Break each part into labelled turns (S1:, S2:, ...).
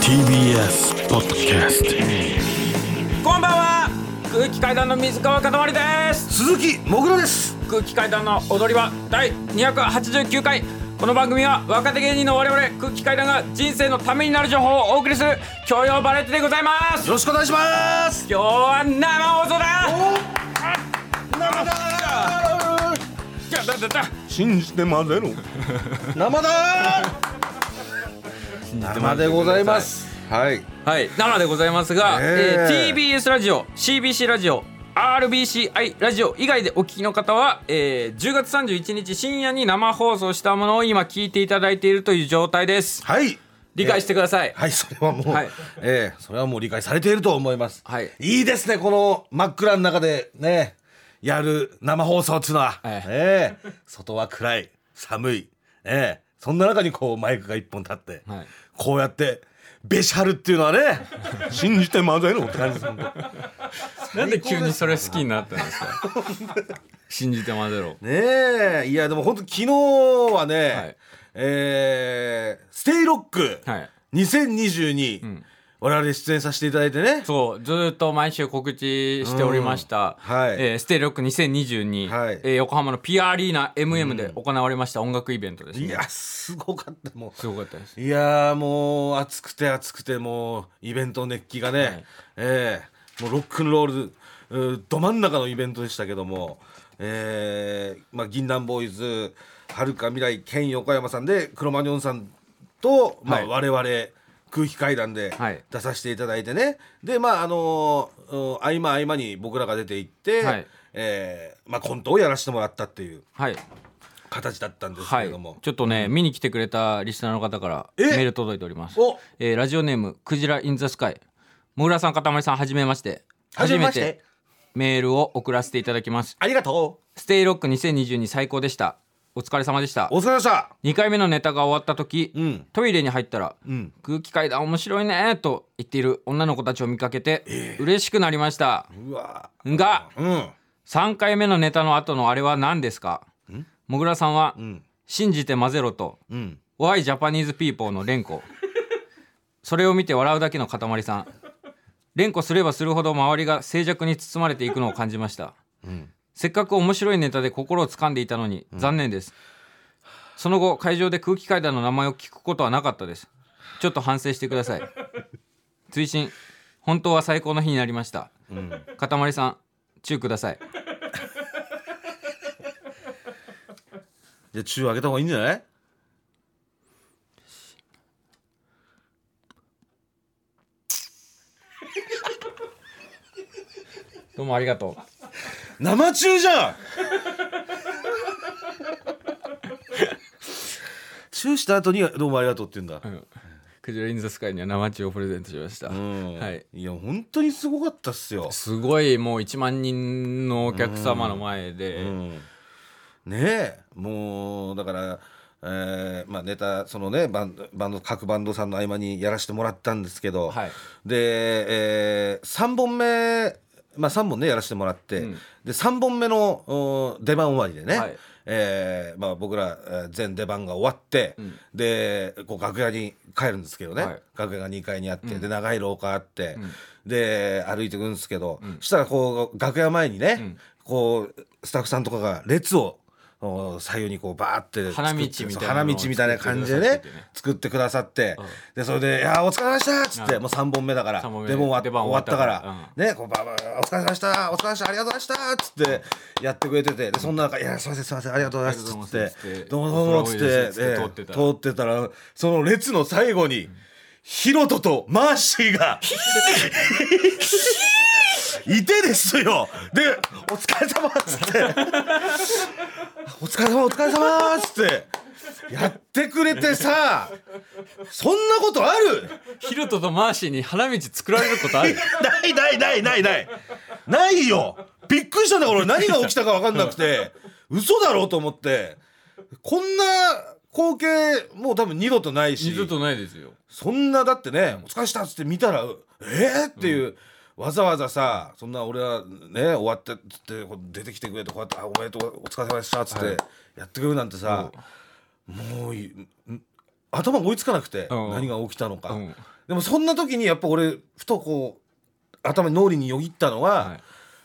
S1: TBS ポッドキャスト
S2: こんばんは空気階段の水川かたまりです
S3: 鈴木もぐらです
S2: 空気階段の踊り場第289回この番組は若手芸人の我々空気階段が人生のためになる情報をお送りする教養バラエティでございます
S3: よろしくお願いします
S2: 今日は生放送だ
S3: 生だ
S2: じゃだだだ
S3: 信じてまでろ生だ生でございますはい
S2: はい生でございますが、え
S3: え
S2: ー TBS ラジオ CBC ラジオ RBCI ラジオ以外でお聞きの方は、えー10月31日深夜に生放送したものを今聞いていただいているという状態です
S3: はい
S2: 理解してください、
S3: はいそれはもう、
S2: はい
S3: ええそれはもう理解されていると思います、
S2: はい
S3: いいですねこの真っ暗の中でねやる生放送っていうのは、
S2: はい
S3: ええ外は暗い寒い、ええそんな中にこうマイクが一本立って、
S2: はい
S3: こうやってべしゃるっていうのはね 信じてまずいのって感じですもんね
S2: なんで急にそれ好きになったんですか信じてまぜろ
S3: えいやでも本当昨日はね、
S2: はい
S3: ええステイロック
S2: はい
S3: 2022、
S2: ん
S3: 我々出演させていただいてね
S2: そうずーっと毎週告知しておりました、
S3: うんはい
S2: えーステイロック2022、
S3: はい
S2: えー横浜のピアアリーナ MM で行われました音楽イベントですね、
S3: いやすごかったもう
S2: すごかったです
S3: いやーもう暑くて暑くてもうイベントの熱気がね、
S2: い
S3: ええもうロックンロールうーど真ん中のイベントでしたけども、ええまあ、銀杏ボーイズはるか未来県横山さんでクロマニョンさんと、ま
S2: は
S3: あ、
S2: い
S3: 我々空気階段で
S2: はい
S3: 出させていただいてね、でまああのーうん合間合間に僕らが出て行って、
S2: はい
S3: ええまあ、コントをやらせてもらったっていう
S2: はい
S3: 形だったんですけ
S2: は
S3: れ
S2: い
S3: ども、
S2: ちょっとね、見に来てくれたリスナーの方からメ
S3: え
S2: ール届いております
S3: お
S2: えーラジオネームクジラインザスカイもぐらさんかたまりさんはじめまして
S3: はじめまして
S2: メールを送らせていただきます
S3: ありがとう
S2: ステイロック2022最高でしたお疲れ様でした
S3: お疲れ様でした
S2: 2回目のネタが終わった時、
S3: うん
S2: トイレに入ったら、
S3: ん
S2: 空気階段面白いねと言っている女の子たちを見かけて、嬉しくなりました
S3: うわ
S2: が
S3: うん
S2: 3回目のネタの後のあれは何ですかもぐらさんは、
S3: ん
S2: 信じて混ぜろと
S3: うん
S2: 「Why Japanese People」の連呼それを見て笑うだけの塊さん連呼すればするほど周りが静寂に包まれていくのを感じました、せっかく面白いネタで心を掴んでいたのに残念です、その後会場で空気階段の名前を聞くことはなかったですちょっと反省してください追伸本当は最高の日になりました、塊さんチューください
S3: じゃあ中開けた方がいいんじゃない
S2: どうもありがとう
S3: 生中じ ゃんチューした後にどうもありがとうって言うんだ、
S2: クジラインザスカイには生中をプレゼントしました、
S3: うん
S2: はい
S3: いや本当にすごかったっすよ、
S2: すごいもう1万人のお客様の前で、
S3: うん、ねえもうだからえーまあ、ネタそのねバンバンド各バンドさんの合間にやらせてもらったんですけど、
S2: はい
S3: で、え3本目、まあ、3本ねやらせてもらって、
S2: うん
S3: で3本目のお出番終わりでね、
S2: はい
S3: えーまあ、僕らえー全出番が終わって、
S2: ん
S3: でこう楽屋に帰るんですけどね、
S2: はい
S3: 楽屋が2階にあって、で長い廊下あって、
S2: ん
S3: で歩いてくるんですけど、
S2: ん
S3: したらこう楽屋前にね、
S2: ん
S3: こうスタッフさんとかが列を。お左右にこうバーって
S2: 花道みたいなのを
S3: そう花道みたいな感じでね作ってくださって、でそれで「いやーお疲れ様でした」っつって、もう3本目だから
S2: 三本目
S3: でも
S2: 出
S3: 終わ
S2: 番
S3: 終わったから
S2: 終わ
S3: ね
S2: ったか
S3: こうバーバーお疲れ様でしたお疲れ様でしたありがとうございました」っつってやってくれててでそんな中「いやすいませんすいませんありがとうございます」っつ
S2: あり
S3: っ
S2: がとうございます
S3: て
S2: つっ
S3: 「
S2: て
S3: どうもどうも」っつって
S2: お風呂入れ
S3: え
S2: て
S3: え
S2: 通ってた
S3: 通ってたらその列の最後にヒロトとマーシーがいてですよで「お疲れ様っつって「お疲れ様お疲れ様っつってやってくれてさそんなことある
S2: ヒルトとマーシーに花道作られることある
S3: ないないないないないないよびっくりしたんだから俺何が起きたか分かんなくて嘘だろうと思ってこんな光景もう多分二度と ないし
S2: 二度とないですよ
S3: そんなだってね「お疲れした」っつって見たら「えー、っていう、わざわざさそんな俺はね終わってっつってこう出てきてくれてこうやって「あおめでとうお疲れ様でした」っつってやってくれるなんてさ、もういん頭が追いつかなくて、
S2: うん
S3: 何が起きたのか、
S2: うん
S3: でもそんな時にやっぱ俺ふとこう頭に脳裏によぎったのは、
S2: はい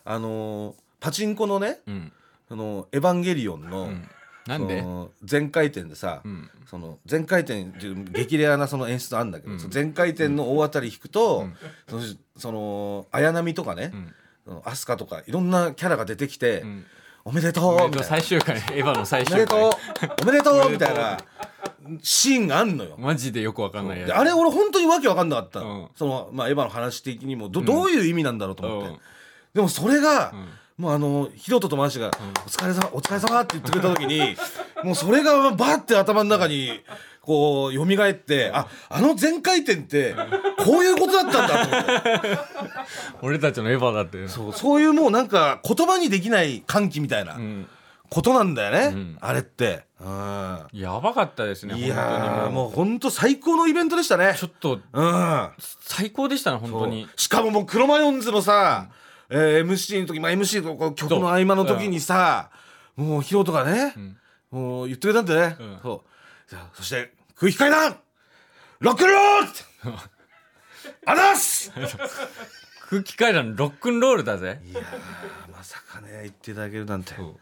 S3: あのーパチンコのね
S2: うん
S3: 「あのエヴァンゲリオンの」
S2: うんなんで
S3: その全回転でさ、
S2: うん
S3: その全回転っていう激レアなその演出あんだけど、
S2: うん
S3: その全回転の大当たり引くと、
S2: うん
S3: そのその綾波とかね
S2: う、ん
S3: その飛鳥とかいろんなキャラが出てきて、
S2: うん
S3: おめでと
S2: おめ
S3: うみ
S2: でとう
S3: たいな
S2: 最終回 エヴァの最
S3: おめで
S2: 終
S3: と
S2: 回
S3: うおめでと
S2: お
S3: う
S2: め
S3: み
S2: で
S3: た
S2: とう
S3: いなシーンがあんのよ。
S2: マジでよくわかんないや
S3: で
S2: つ
S3: あれ俺本当にわけわかんなかった、
S2: うん
S3: その、まあ、エヴァの話的にもど
S2: うん
S3: どういう意味なんだろうと思って、
S2: うん
S3: でもそれが、
S2: うん
S3: もうあのヒロトとマーシが、お疲れ様お疲れ様」って言ってくれた時に もうそれがバッて頭の中にこう蘇って、ああの全回転ってこういうことだったんだと思って
S2: 俺たちのエヴァだって
S3: そうそういうもうなんか言葉にできない歓喜みたいな
S2: うん
S3: ことなんだよね、
S2: うん
S3: あれって。うん
S2: やばかったですね
S3: い
S2: 本当
S3: やー
S2: にもう
S3: もう本当最高のイベントでしたね。
S2: ちょっと
S3: うん
S2: 最高でしたね本当に
S3: そうしかももうクロマヨンズのさ、えー MC の時、まあ、MC のこう曲の合間の時にさ、もうヒロトがね、
S2: ん
S3: もう言ってくれたんだよね、
S2: うん
S3: そうじゃあそして空気階段ロックンロール あらっす
S2: 空気階段ロックンロールだぜ
S3: いやーまさかね言っていただけるなんて
S2: そう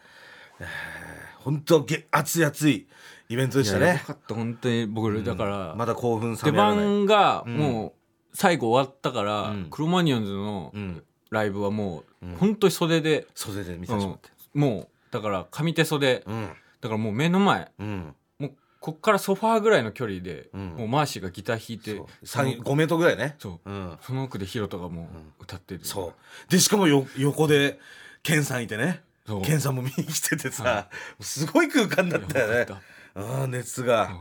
S3: 本当げ熱い熱いイベントでした
S2: いやよ
S3: ね
S2: かった本当に僕だから
S3: まだ興奮冷
S2: 出
S3: めやらない
S2: 番がもう最後終わったから、
S3: うん
S2: クロマニオンズの
S3: うん
S2: ライブはもう、
S3: うん
S2: 本当に袖で、
S3: 袖で見
S2: う
S3: さ
S2: ん
S3: せてもらって
S2: もうだから上手袖
S3: うん
S2: だからもう目の前
S3: うん、
S2: もうこっからソファーぐらいの距離で、
S3: うん
S2: もうマーシーがギター弾い
S3: そう
S2: て
S3: 3 5メートルぐらいね
S2: そう
S3: うん
S2: その奥でヒロトがもう歌ってる、
S3: そう。で、しかもよ横で、ケンさんいてね。
S2: そう
S3: ケンさんも見に来ててさ、すごい空間だったよ
S2: よ
S3: ね
S2: かっ。
S3: ああ、熱が。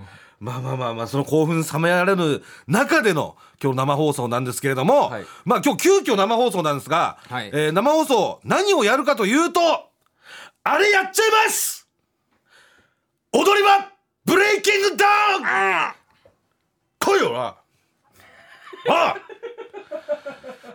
S3: まあまあまあまあ、その興奮冷められる中での今日生放送なんですけれども、
S2: はい
S3: まあ今日急遽生放送なんですが、
S2: はい
S3: えー生放送何をやるかというと、あれやっちゃいます踊り場ブレイキングダウン来いよなあ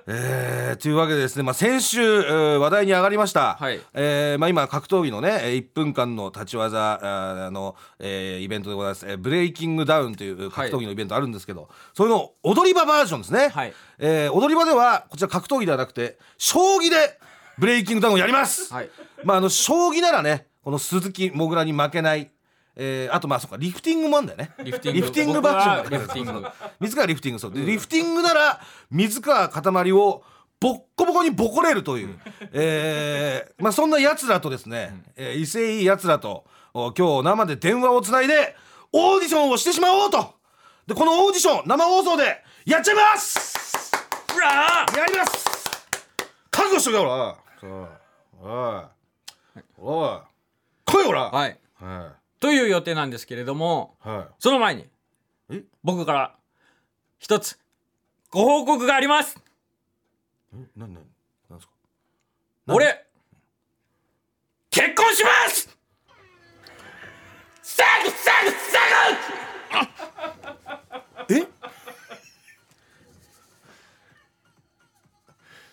S3: えーというわけでですね、まあ、先週、えー話題に上がりました、
S2: はい
S3: えーまあ、今格闘技のねえー1分間の立ち技あーの、えーイベントでございます、えーブレイキングダウンという格闘技のイベントあるんですけど、それの踊り場バージョンですね、
S2: はい
S3: えー踊り場ではこちら格闘技ではなくて将棋でブレイキングダウンをやります、
S2: はい
S3: まあ、あの将棋ならねこの鈴木もぐらに負けない、えーあとまあそっかリフティングもあんだよね
S2: リフティング
S3: リフティングバージョンだ
S2: 僕はリフティング
S3: 水川リフティングそうでリフティングなら水川かたまりをボッコボコにボコれるという、えーまあ、そんなやつらとですね、えー威勢いいやつらとお今日生で電話をつないでオーディションをしてしまおうとでこのオーディション生放送でやっちゃいます
S2: うわ
S3: やります覚悟しとけよらおいおい来いよら
S2: ーはい
S3: は
S2: という予定なんですけれども
S3: いはい
S2: その前に
S3: え
S2: 僕から一つご報告があります
S3: 何何何ですか
S2: 俺結婚しますサグサグサ
S3: え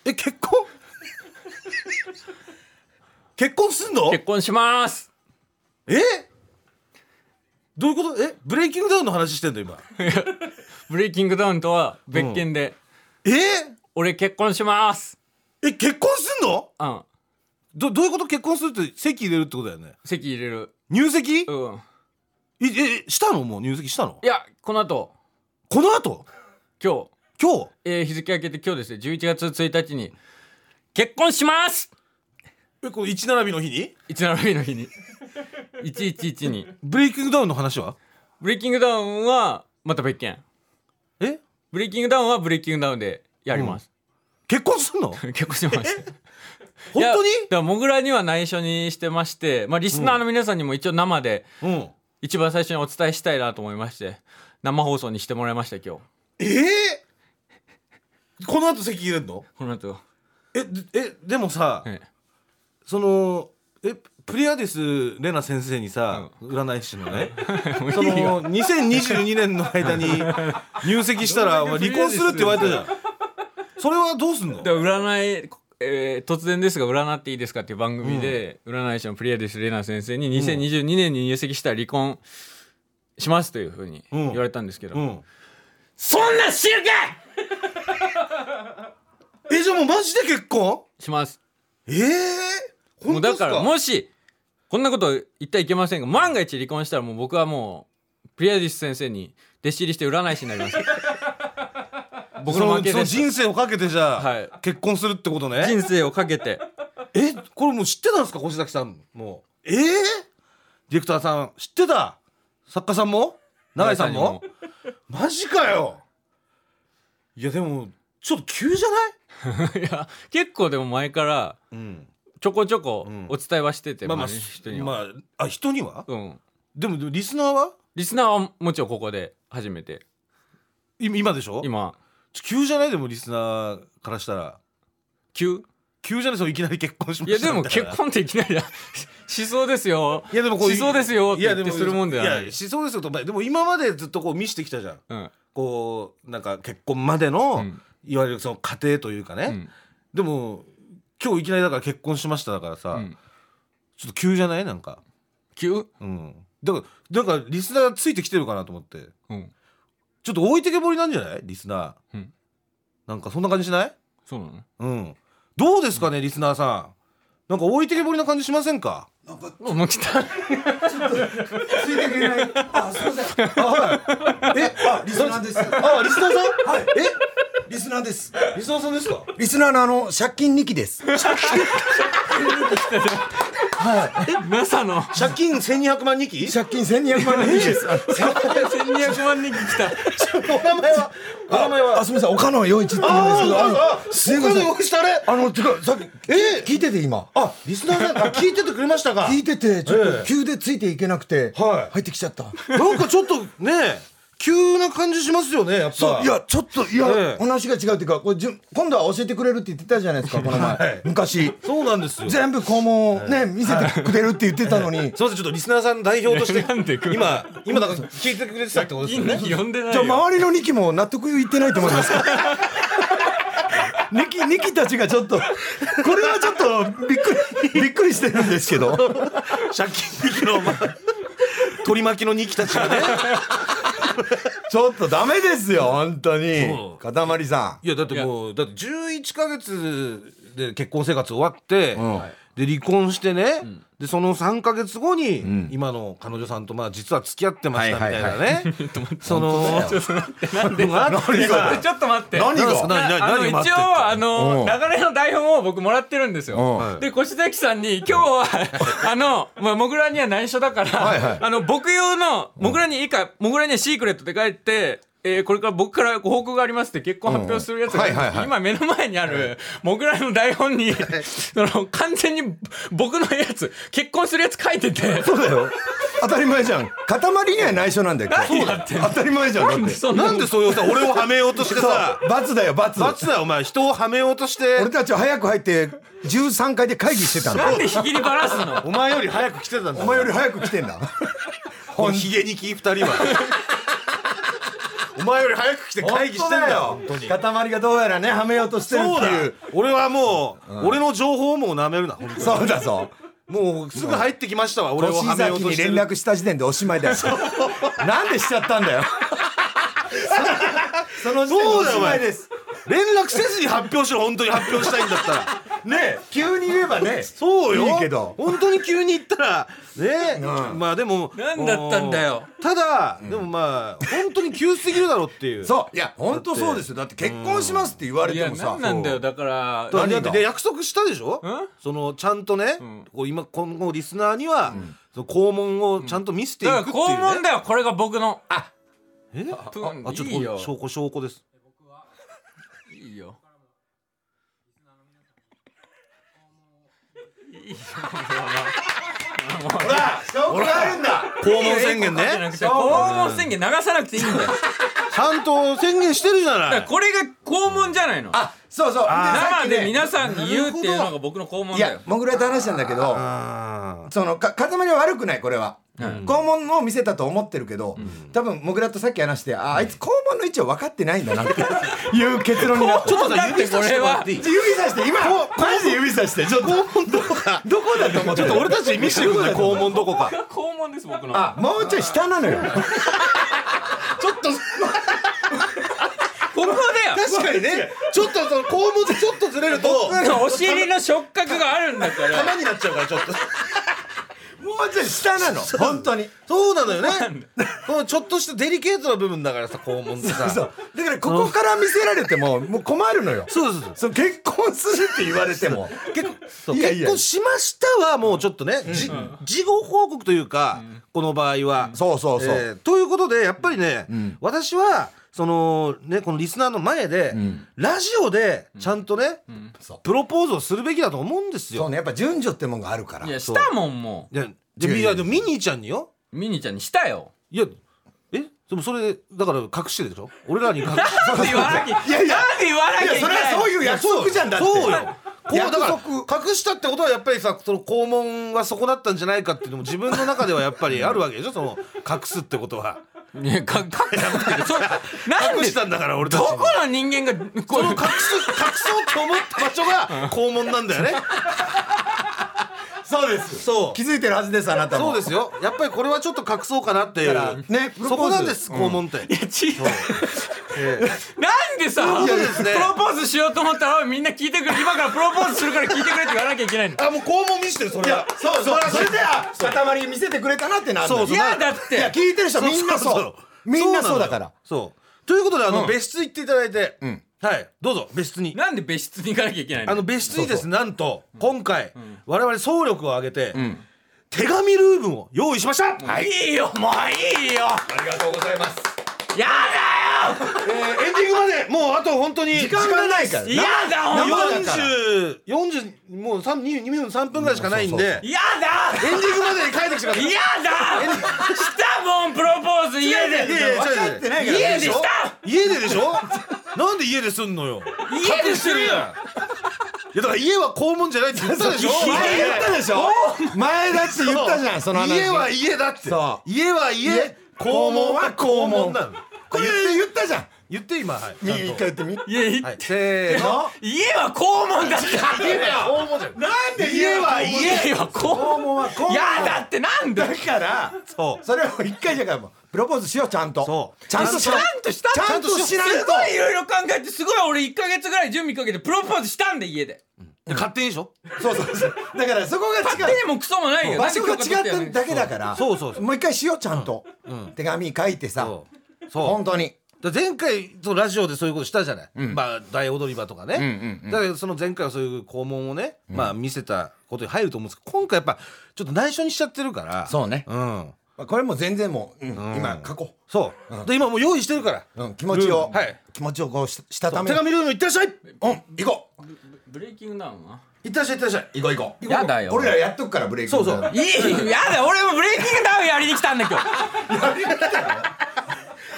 S3: え結婚結婚すんの
S2: グ結婚します
S3: えどういうことえブレイキングダウンの話してんの今
S2: ブレイキングダウンとは別件で、
S3: え
S2: 俺結婚します
S3: え結婚すんの
S2: うん
S3: どどういうこと結婚するって籍入れるってことだよね
S2: 席入れる
S3: 入籍、
S2: うん
S3: ええしたのもう入籍したの
S2: いやこの後
S3: この後
S2: 今日、
S3: 今日
S2: えー日付明けて今日ですね11月1日に結婚します
S3: えこの一並びの日に
S2: 1日の日に111に
S3: ブレイキングダウンの話は
S2: ブレイキングダウンはまた別件
S3: え
S2: ブレイキングダウンはブレイキングダウンでやります、
S3: 結婚すんの
S2: 結婚します
S3: 本当に
S2: いやだからモグラには内緒にしてまして、まあ、リスナーの皆さんにも一応生で
S3: うん
S2: 一番最初にお伝えしたいなと思いまして生放送にしてもらいました今日
S3: ええこの後席入れんの
S2: この後
S3: えでえでもさ、
S2: ええ
S3: そのえプリアディスレナ先生にさ、占い師の ねその2022年の間 に入籍したらお前離婚するって言われたじゃんそれはどうすんの
S2: で占い、えー突然ですが占っていいですかっていう番組で、占い師のプリアディス・レナ先生に2022年に入籍したら離婚しますというふうに
S3: うん
S2: 言われたんですけど、
S3: うん
S2: そんなん知るか
S3: えじゃあもうマジで結婚
S2: いします
S3: ええー、
S2: も
S3: 本当
S2: うだ
S3: ですか
S2: からもしこんなこと言ってはいけませんが万が一離婚したらもう僕はもうプリアディス先生に弟子入りして占い師に なります僕の負け
S3: そ
S2: で
S3: の
S2: す
S3: その人生をかけてじゃあ、
S2: はい
S3: 結婚するってことね
S2: 人生をかけて
S3: えこれもう知ってたんですか越崎さんもうええディレクターさん知ってた作家さんも永井さんも
S2: 永井
S3: マジかよいやでもちょっと急じゃない
S2: さんにも いや結構でも前から
S3: うん
S2: ちょこちょこお伝えはしてて、
S3: まあまあ
S2: 周りの人には、
S3: まああ人には
S2: うん、
S3: でもでもリスナーは
S2: リスナーはもちろんここで初めて
S3: い今でしょ
S2: 今
S3: ちょ急じゃないでもリスナーからしたら
S2: 急
S3: 急じゃないですよいきなり結婚しま
S2: い
S3: し
S2: や
S3: た
S2: でも
S3: みたい
S2: 結
S3: な
S2: 婚っていきなり しそうですよ
S3: いやでもこう
S2: しそうですよって言って
S3: いやも
S2: するもんではない
S3: いやしそうですよとまあでも今までずっとこう見してきたじゃん
S2: うん
S3: こうなんか結婚まで
S2: う
S3: の
S2: ん
S3: いわゆるその家庭というかね、
S2: うん
S3: でも今日いきなりだから結婚しましただからさ、
S2: うん
S3: ちょっと急じゃないなんか
S2: 急
S3: うんだからなんかリスナーついてきてるかなと思って
S2: うん
S3: ちょっと置いてけぼりなんじゃないリスナー、
S2: うん
S3: なんかそんな感じしない
S2: そうなの
S3: うんどうですかね、リスナーさんなんか置いてけぼりな感じしませんか
S2: もうもう来 た
S4: ついてくれない。あ、すみません。
S3: あはい
S4: え、あ、リスナーです。
S3: あリスナーさん
S4: はい。え、リスナーです。
S3: リスナーさんですか
S4: リスナーのあの借金二期です。
S2: NASA の
S3: 借金1200万2期
S4: 借金千二百万二期です。あ
S2: 1200万人来た
S3: お名前はお名前は
S4: あ、すみません。岡野陽一って言うんですけど、あの、すみません。
S3: したあれ
S4: あの、てか、さっき、
S3: え
S4: 聞いてて今。
S3: あリスナーさんあ聞いててくれましたか
S4: 聞いてて、ちょっ
S3: ええ
S4: と急でついていけなくて、
S3: はい
S4: 入ってきちゃった。
S3: なんかちょっとね急な感じしますよねやっぱ
S4: そういやちょっといや、
S3: ええ
S4: 話が違うっていうかこれじゅ今度は教えてくれるって言ってたじゃないですかこの前、
S3: はい
S4: 昔
S3: そうなんですよすい
S4: 全部肛門をね、見せてくれるって言ってたのに、
S3: ませんちょっとリスナーさん代表として
S2: なんで来る
S3: 今今だから聞いてくれてたってことですよね
S2: 人呼んでない
S4: じゃあ
S2: よ
S4: 周りの2期も納得いってないと思いますニキニキたちがちょっとこれはちょっとびっくりびっくりしてるんですけど
S3: 借金2期の、まあ、取り巻きの2期たちがね
S4: ちょっとダメですよ本当
S3: そ
S4: に
S3: う
S4: かたまりさん
S3: いやだってもうだって11か月で結婚生活終わって、
S4: ん
S3: で離婚してね、でその3か月後に、今の彼女さんとまあ実は付き合ってましたみたいなね、
S4: は
S3: そのちょっと待ってなんで
S4: 何
S2: ちょっと待って
S4: 何が
S3: 何何
S2: あの
S3: 何待って
S2: 一
S3: んの
S2: 応あの
S4: うん
S2: 流れの台本を僕もらってるんですよ
S4: うん
S2: で越崎さんに今日は あのまあもぐらには内緒だから
S4: はいはい
S2: あの僕用のもぐらに以下もぐらにはシークレットって書いてえーこれから僕からご報告がありますって結婚発表するやつがあるんですけど
S4: うんうん
S2: 今目の前にあるもぐらの台本にその完全に僕のやつ結婚するやつ書いてて
S4: そうだよ当たり前じゃん塊には内緒なんだよ
S2: 何やってんの
S4: 当たり前じゃんだって
S2: そんな
S3: なんでそういうさ俺をはめようとしてさ
S4: そう罰だよ罰
S3: 罰だよお前人をはめようとして
S4: 俺たちは早く入って13回で会議してたんだ
S2: なんで引きりばらすの
S3: お前より早く来てたんだ
S4: お前より早く来てんだ
S3: このヒゲにき2人は お前より早く来て会議してんだよ本当に
S4: 塊がどうやらねはめようとしてる
S3: そう
S4: って
S3: だ
S4: いう
S3: 俺はもう、俺の情報も舐めるな本当に
S4: そうだぞ
S3: もうすぐ入ってきましたわ俺を
S4: 年
S3: はめよう
S4: 先
S3: と
S4: に
S3: して
S4: 連
S3: る
S4: 絡した時点でおしまいだよなんでしちゃったんだよその時点でおしまいです
S3: 連絡せずに発表しろ本当に発表したいんだったら
S4: ねえ 急に言えばね
S3: そうよ
S4: いいけど
S3: 本当に急に言ったらね、
S4: うん
S3: まあでも
S2: なんだったんだよ
S3: ただ、でもまあ本当に急すぎるだろっていう
S4: そういや本当そうですよだって結婚しますって言われ
S2: い
S4: て
S2: や
S4: もさ
S2: 何なんだよだから
S3: だ
S4: 何
S3: だ
S4: が
S3: ってで約束したでしょ
S2: ん
S3: そのちゃんとね、こう今今後リスナーには、その肛門をちゃんと見せていくって
S2: だ
S3: い
S2: か
S3: う、
S2: ら
S3: ね
S2: 肛門だよこれが僕のあ
S3: え
S2: プ
S3: ああちょっと
S2: いいよ
S3: 証拠証拠です
S2: いいよ
S4: ほら証拠があるんだ
S3: 肛門宣言
S2: じゃな
S3: ね
S2: くて肛門宣言流さなくていいん だよ
S3: ちゃんと宣言してるじゃ
S2: だか
S3: な
S2: ら
S3: い
S2: これが肛門じゃないの
S4: あそうそう
S2: 生で
S4: さ
S2: 皆さんに言うっていうのが僕の肛
S4: っ
S2: 門
S4: きねい
S2: だ
S4: や
S2: よ
S4: もぐらと話したんだけど
S3: あ
S4: そのか塊は悪くないこれは
S2: うん
S4: 肛門を見せたと思ってるけど、多分モグラとさっき話してああいつ肛門の位置を分かってないんだなっていう結論になったちょっと
S2: だってこれは
S4: 指さして今マジで指さしてちょっとどこだと思って
S3: ちょっと俺たちに見せてくんない肛門どこか
S2: 肛門です僕の
S4: あもうちょい下なのよ
S2: ここだ
S3: 確かにねちょっとその肛門でちょっとずれると
S2: よお尻の触覚があるんだから
S3: 玉になっちゃうからちょっと
S4: もうちょい下なの本当に
S3: そうなのよねこのちょっとしたデリケートな部分だからさ肛門ってさ
S4: そうだからここから見せられてももう困るのよ
S3: そうそうそう
S4: そう結婚するって言われても
S3: 結婚
S4: いやい
S3: 結
S4: や
S3: 婚しましたはもうちょっとね、じ事後報告というか、この場合は。
S4: そうそうそう、
S3: えーということでやっぱりね、私はそのねこのリスナーの前で、ラジオでちゃんとね、
S4: そう
S3: プロポーズをするべきだと思うんです
S4: そう
S3: よ。
S4: ねやっぱ順序ってもんがあるから
S2: いやしたもんも
S3: いやで
S4: 違う
S3: いやでもミニーちゃんによ
S2: うミニちゃんにしたよ
S3: いやえでもそれだから隠してるでしょ俺らに隠 して
S2: なんで言わなきゃいやいやなんで言わなきゃいけない
S4: い
S3: いやそうよそうよこうだ
S4: 約束
S3: から隠したってことはやっぱりさその肛門が損なったんじゃないかっていうのも自分の中ではやっぱりあるわけでしょその隠すってことは
S2: ういやかかっこいいけどそれなん
S3: 隠
S2: で
S3: したんだから俺た
S2: ど
S3: ち
S2: この人間がこ
S3: そ
S2: れ
S3: の隠す隠そうと思った場所が肛門なんだよね
S4: そうです
S3: そう
S4: 気づいてるはずですあなたも
S3: そうですよやっぱりこれはちょっと隠そうかなっていう
S4: だからねプロポーズ
S3: そこなんです肛門って、
S2: いや違うなんでさ
S3: そういうことですね
S2: プロポーズしようと思ったらおいみんな聞いてくれ今からプロポーズするから聞いてくれって言わなきゃいけないの
S3: あもう肛門見せてるそれは
S4: そうそうそれでは塊見せてくれたなってなるの
S3: そうそう
S2: いやだっ
S4: いや
S2: て
S4: 聞いてる人はみんなそうみんなそうだ
S3: な
S4: か
S3: の
S4: ら
S3: よそうということであの、別室行っていただいて、はいどうぞ別室に
S2: なんで別室に行かなきゃいけないの
S3: あの別室にですねなんと今回、我々総力を挙げて、手紙ルームを用意しました、
S2: い、いよもういいよ
S4: ありがとうございます
S2: やだよ
S3: えーエンディングまでもうあと本当に時
S4: 時間ないから
S2: やだほん
S4: 生
S2: ま
S4: だから
S3: 40 40もう3 2分3分ぐらいしかないんで、
S4: うんそう
S2: やだ
S3: エンディングまでに帰ってきてください
S2: やだしたもんプロポーズ家
S3: いやい
S2: で
S3: やいや
S4: 分かってないから
S2: 家でした
S3: 家ででしょなんで家ですんのよ
S2: 家でするよ
S3: いやだから家は肛門じゃないって言ったでしょ
S4: 前言ったでしょ前だって言ったじゃんその話
S3: 家は家だって
S4: そう
S3: 家は家
S4: 家
S3: 肛門は肛門なの
S4: これ言って言ったじゃん
S3: 言って今はい
S4: み
S3: ちゃ
S4: 一
S3: ん
S4: 回
S3: と
S4: 言ってみ
S2: 家
S3: はいせーの
S2: 家は肛門だった
S3: 家は肛門じゃない
S4: なんで
S3: 家は
S2: 家は肛門
S4: 肛門は肛門
S2: やだってなんで
S4: だから
S3: そう
S4: それを一回じゃからもうプロポーズしようちゃんと
S3: そう
S4: ちゃんと
S2: ち
S4: し
S2: ゃ
S4: ろ
S2: んとした
S4: ちゃんとしない
S2: す
S4: と
S2: ごいいろいろ考えてすごい俺1か月ぐらい準備かけてプロポーズしたんで家で
S3: 勝手にでしょ
S4: そうそうそうだからそこが
S2: 勝
S4: 違
S2: 手
S4: う
S2: にもクソもないよ
S4: 場所が違
S2: なんで許可
S4: っ
S2: 取
S4: た
S2: ってや
S4: だけだから
S3: そうそうそう
S4: もう一回しようちゃんと手紙書いてさ
S3: そう
S4: 本
S3: そ
S4: 当に
S3: うだから前回そのラジオでそういうことしたじゃない、まあ大踊り場とかね、だからその前回はそういう肛門をね、まあ見せたことに入ると思うんですけど今回やっぱちょっと内緒にしちゃってるから
S4: そうね
S3: うん
S4: まあこれも全然もううん今書こ
S3: そう、で今もう用意してるから、
S4: ううん気持ち
S3: ル
S4: を
S3: ームはい
S4: 気持ちをこうししたため
S3: 手
S4: に
S3: 紙ルーム行ってらっしゃい
S4: うん行こう
S2: ブレイキングダウンは
S3: 行ってらっしゃい行ってらっしゃい
S4: 行こう行こう
S2: やだよ
S4: 俺らやっとくからブレイキング
S3: そうそう
S2: いいやだ俺もブレイキングダウンやりに来たんだ けど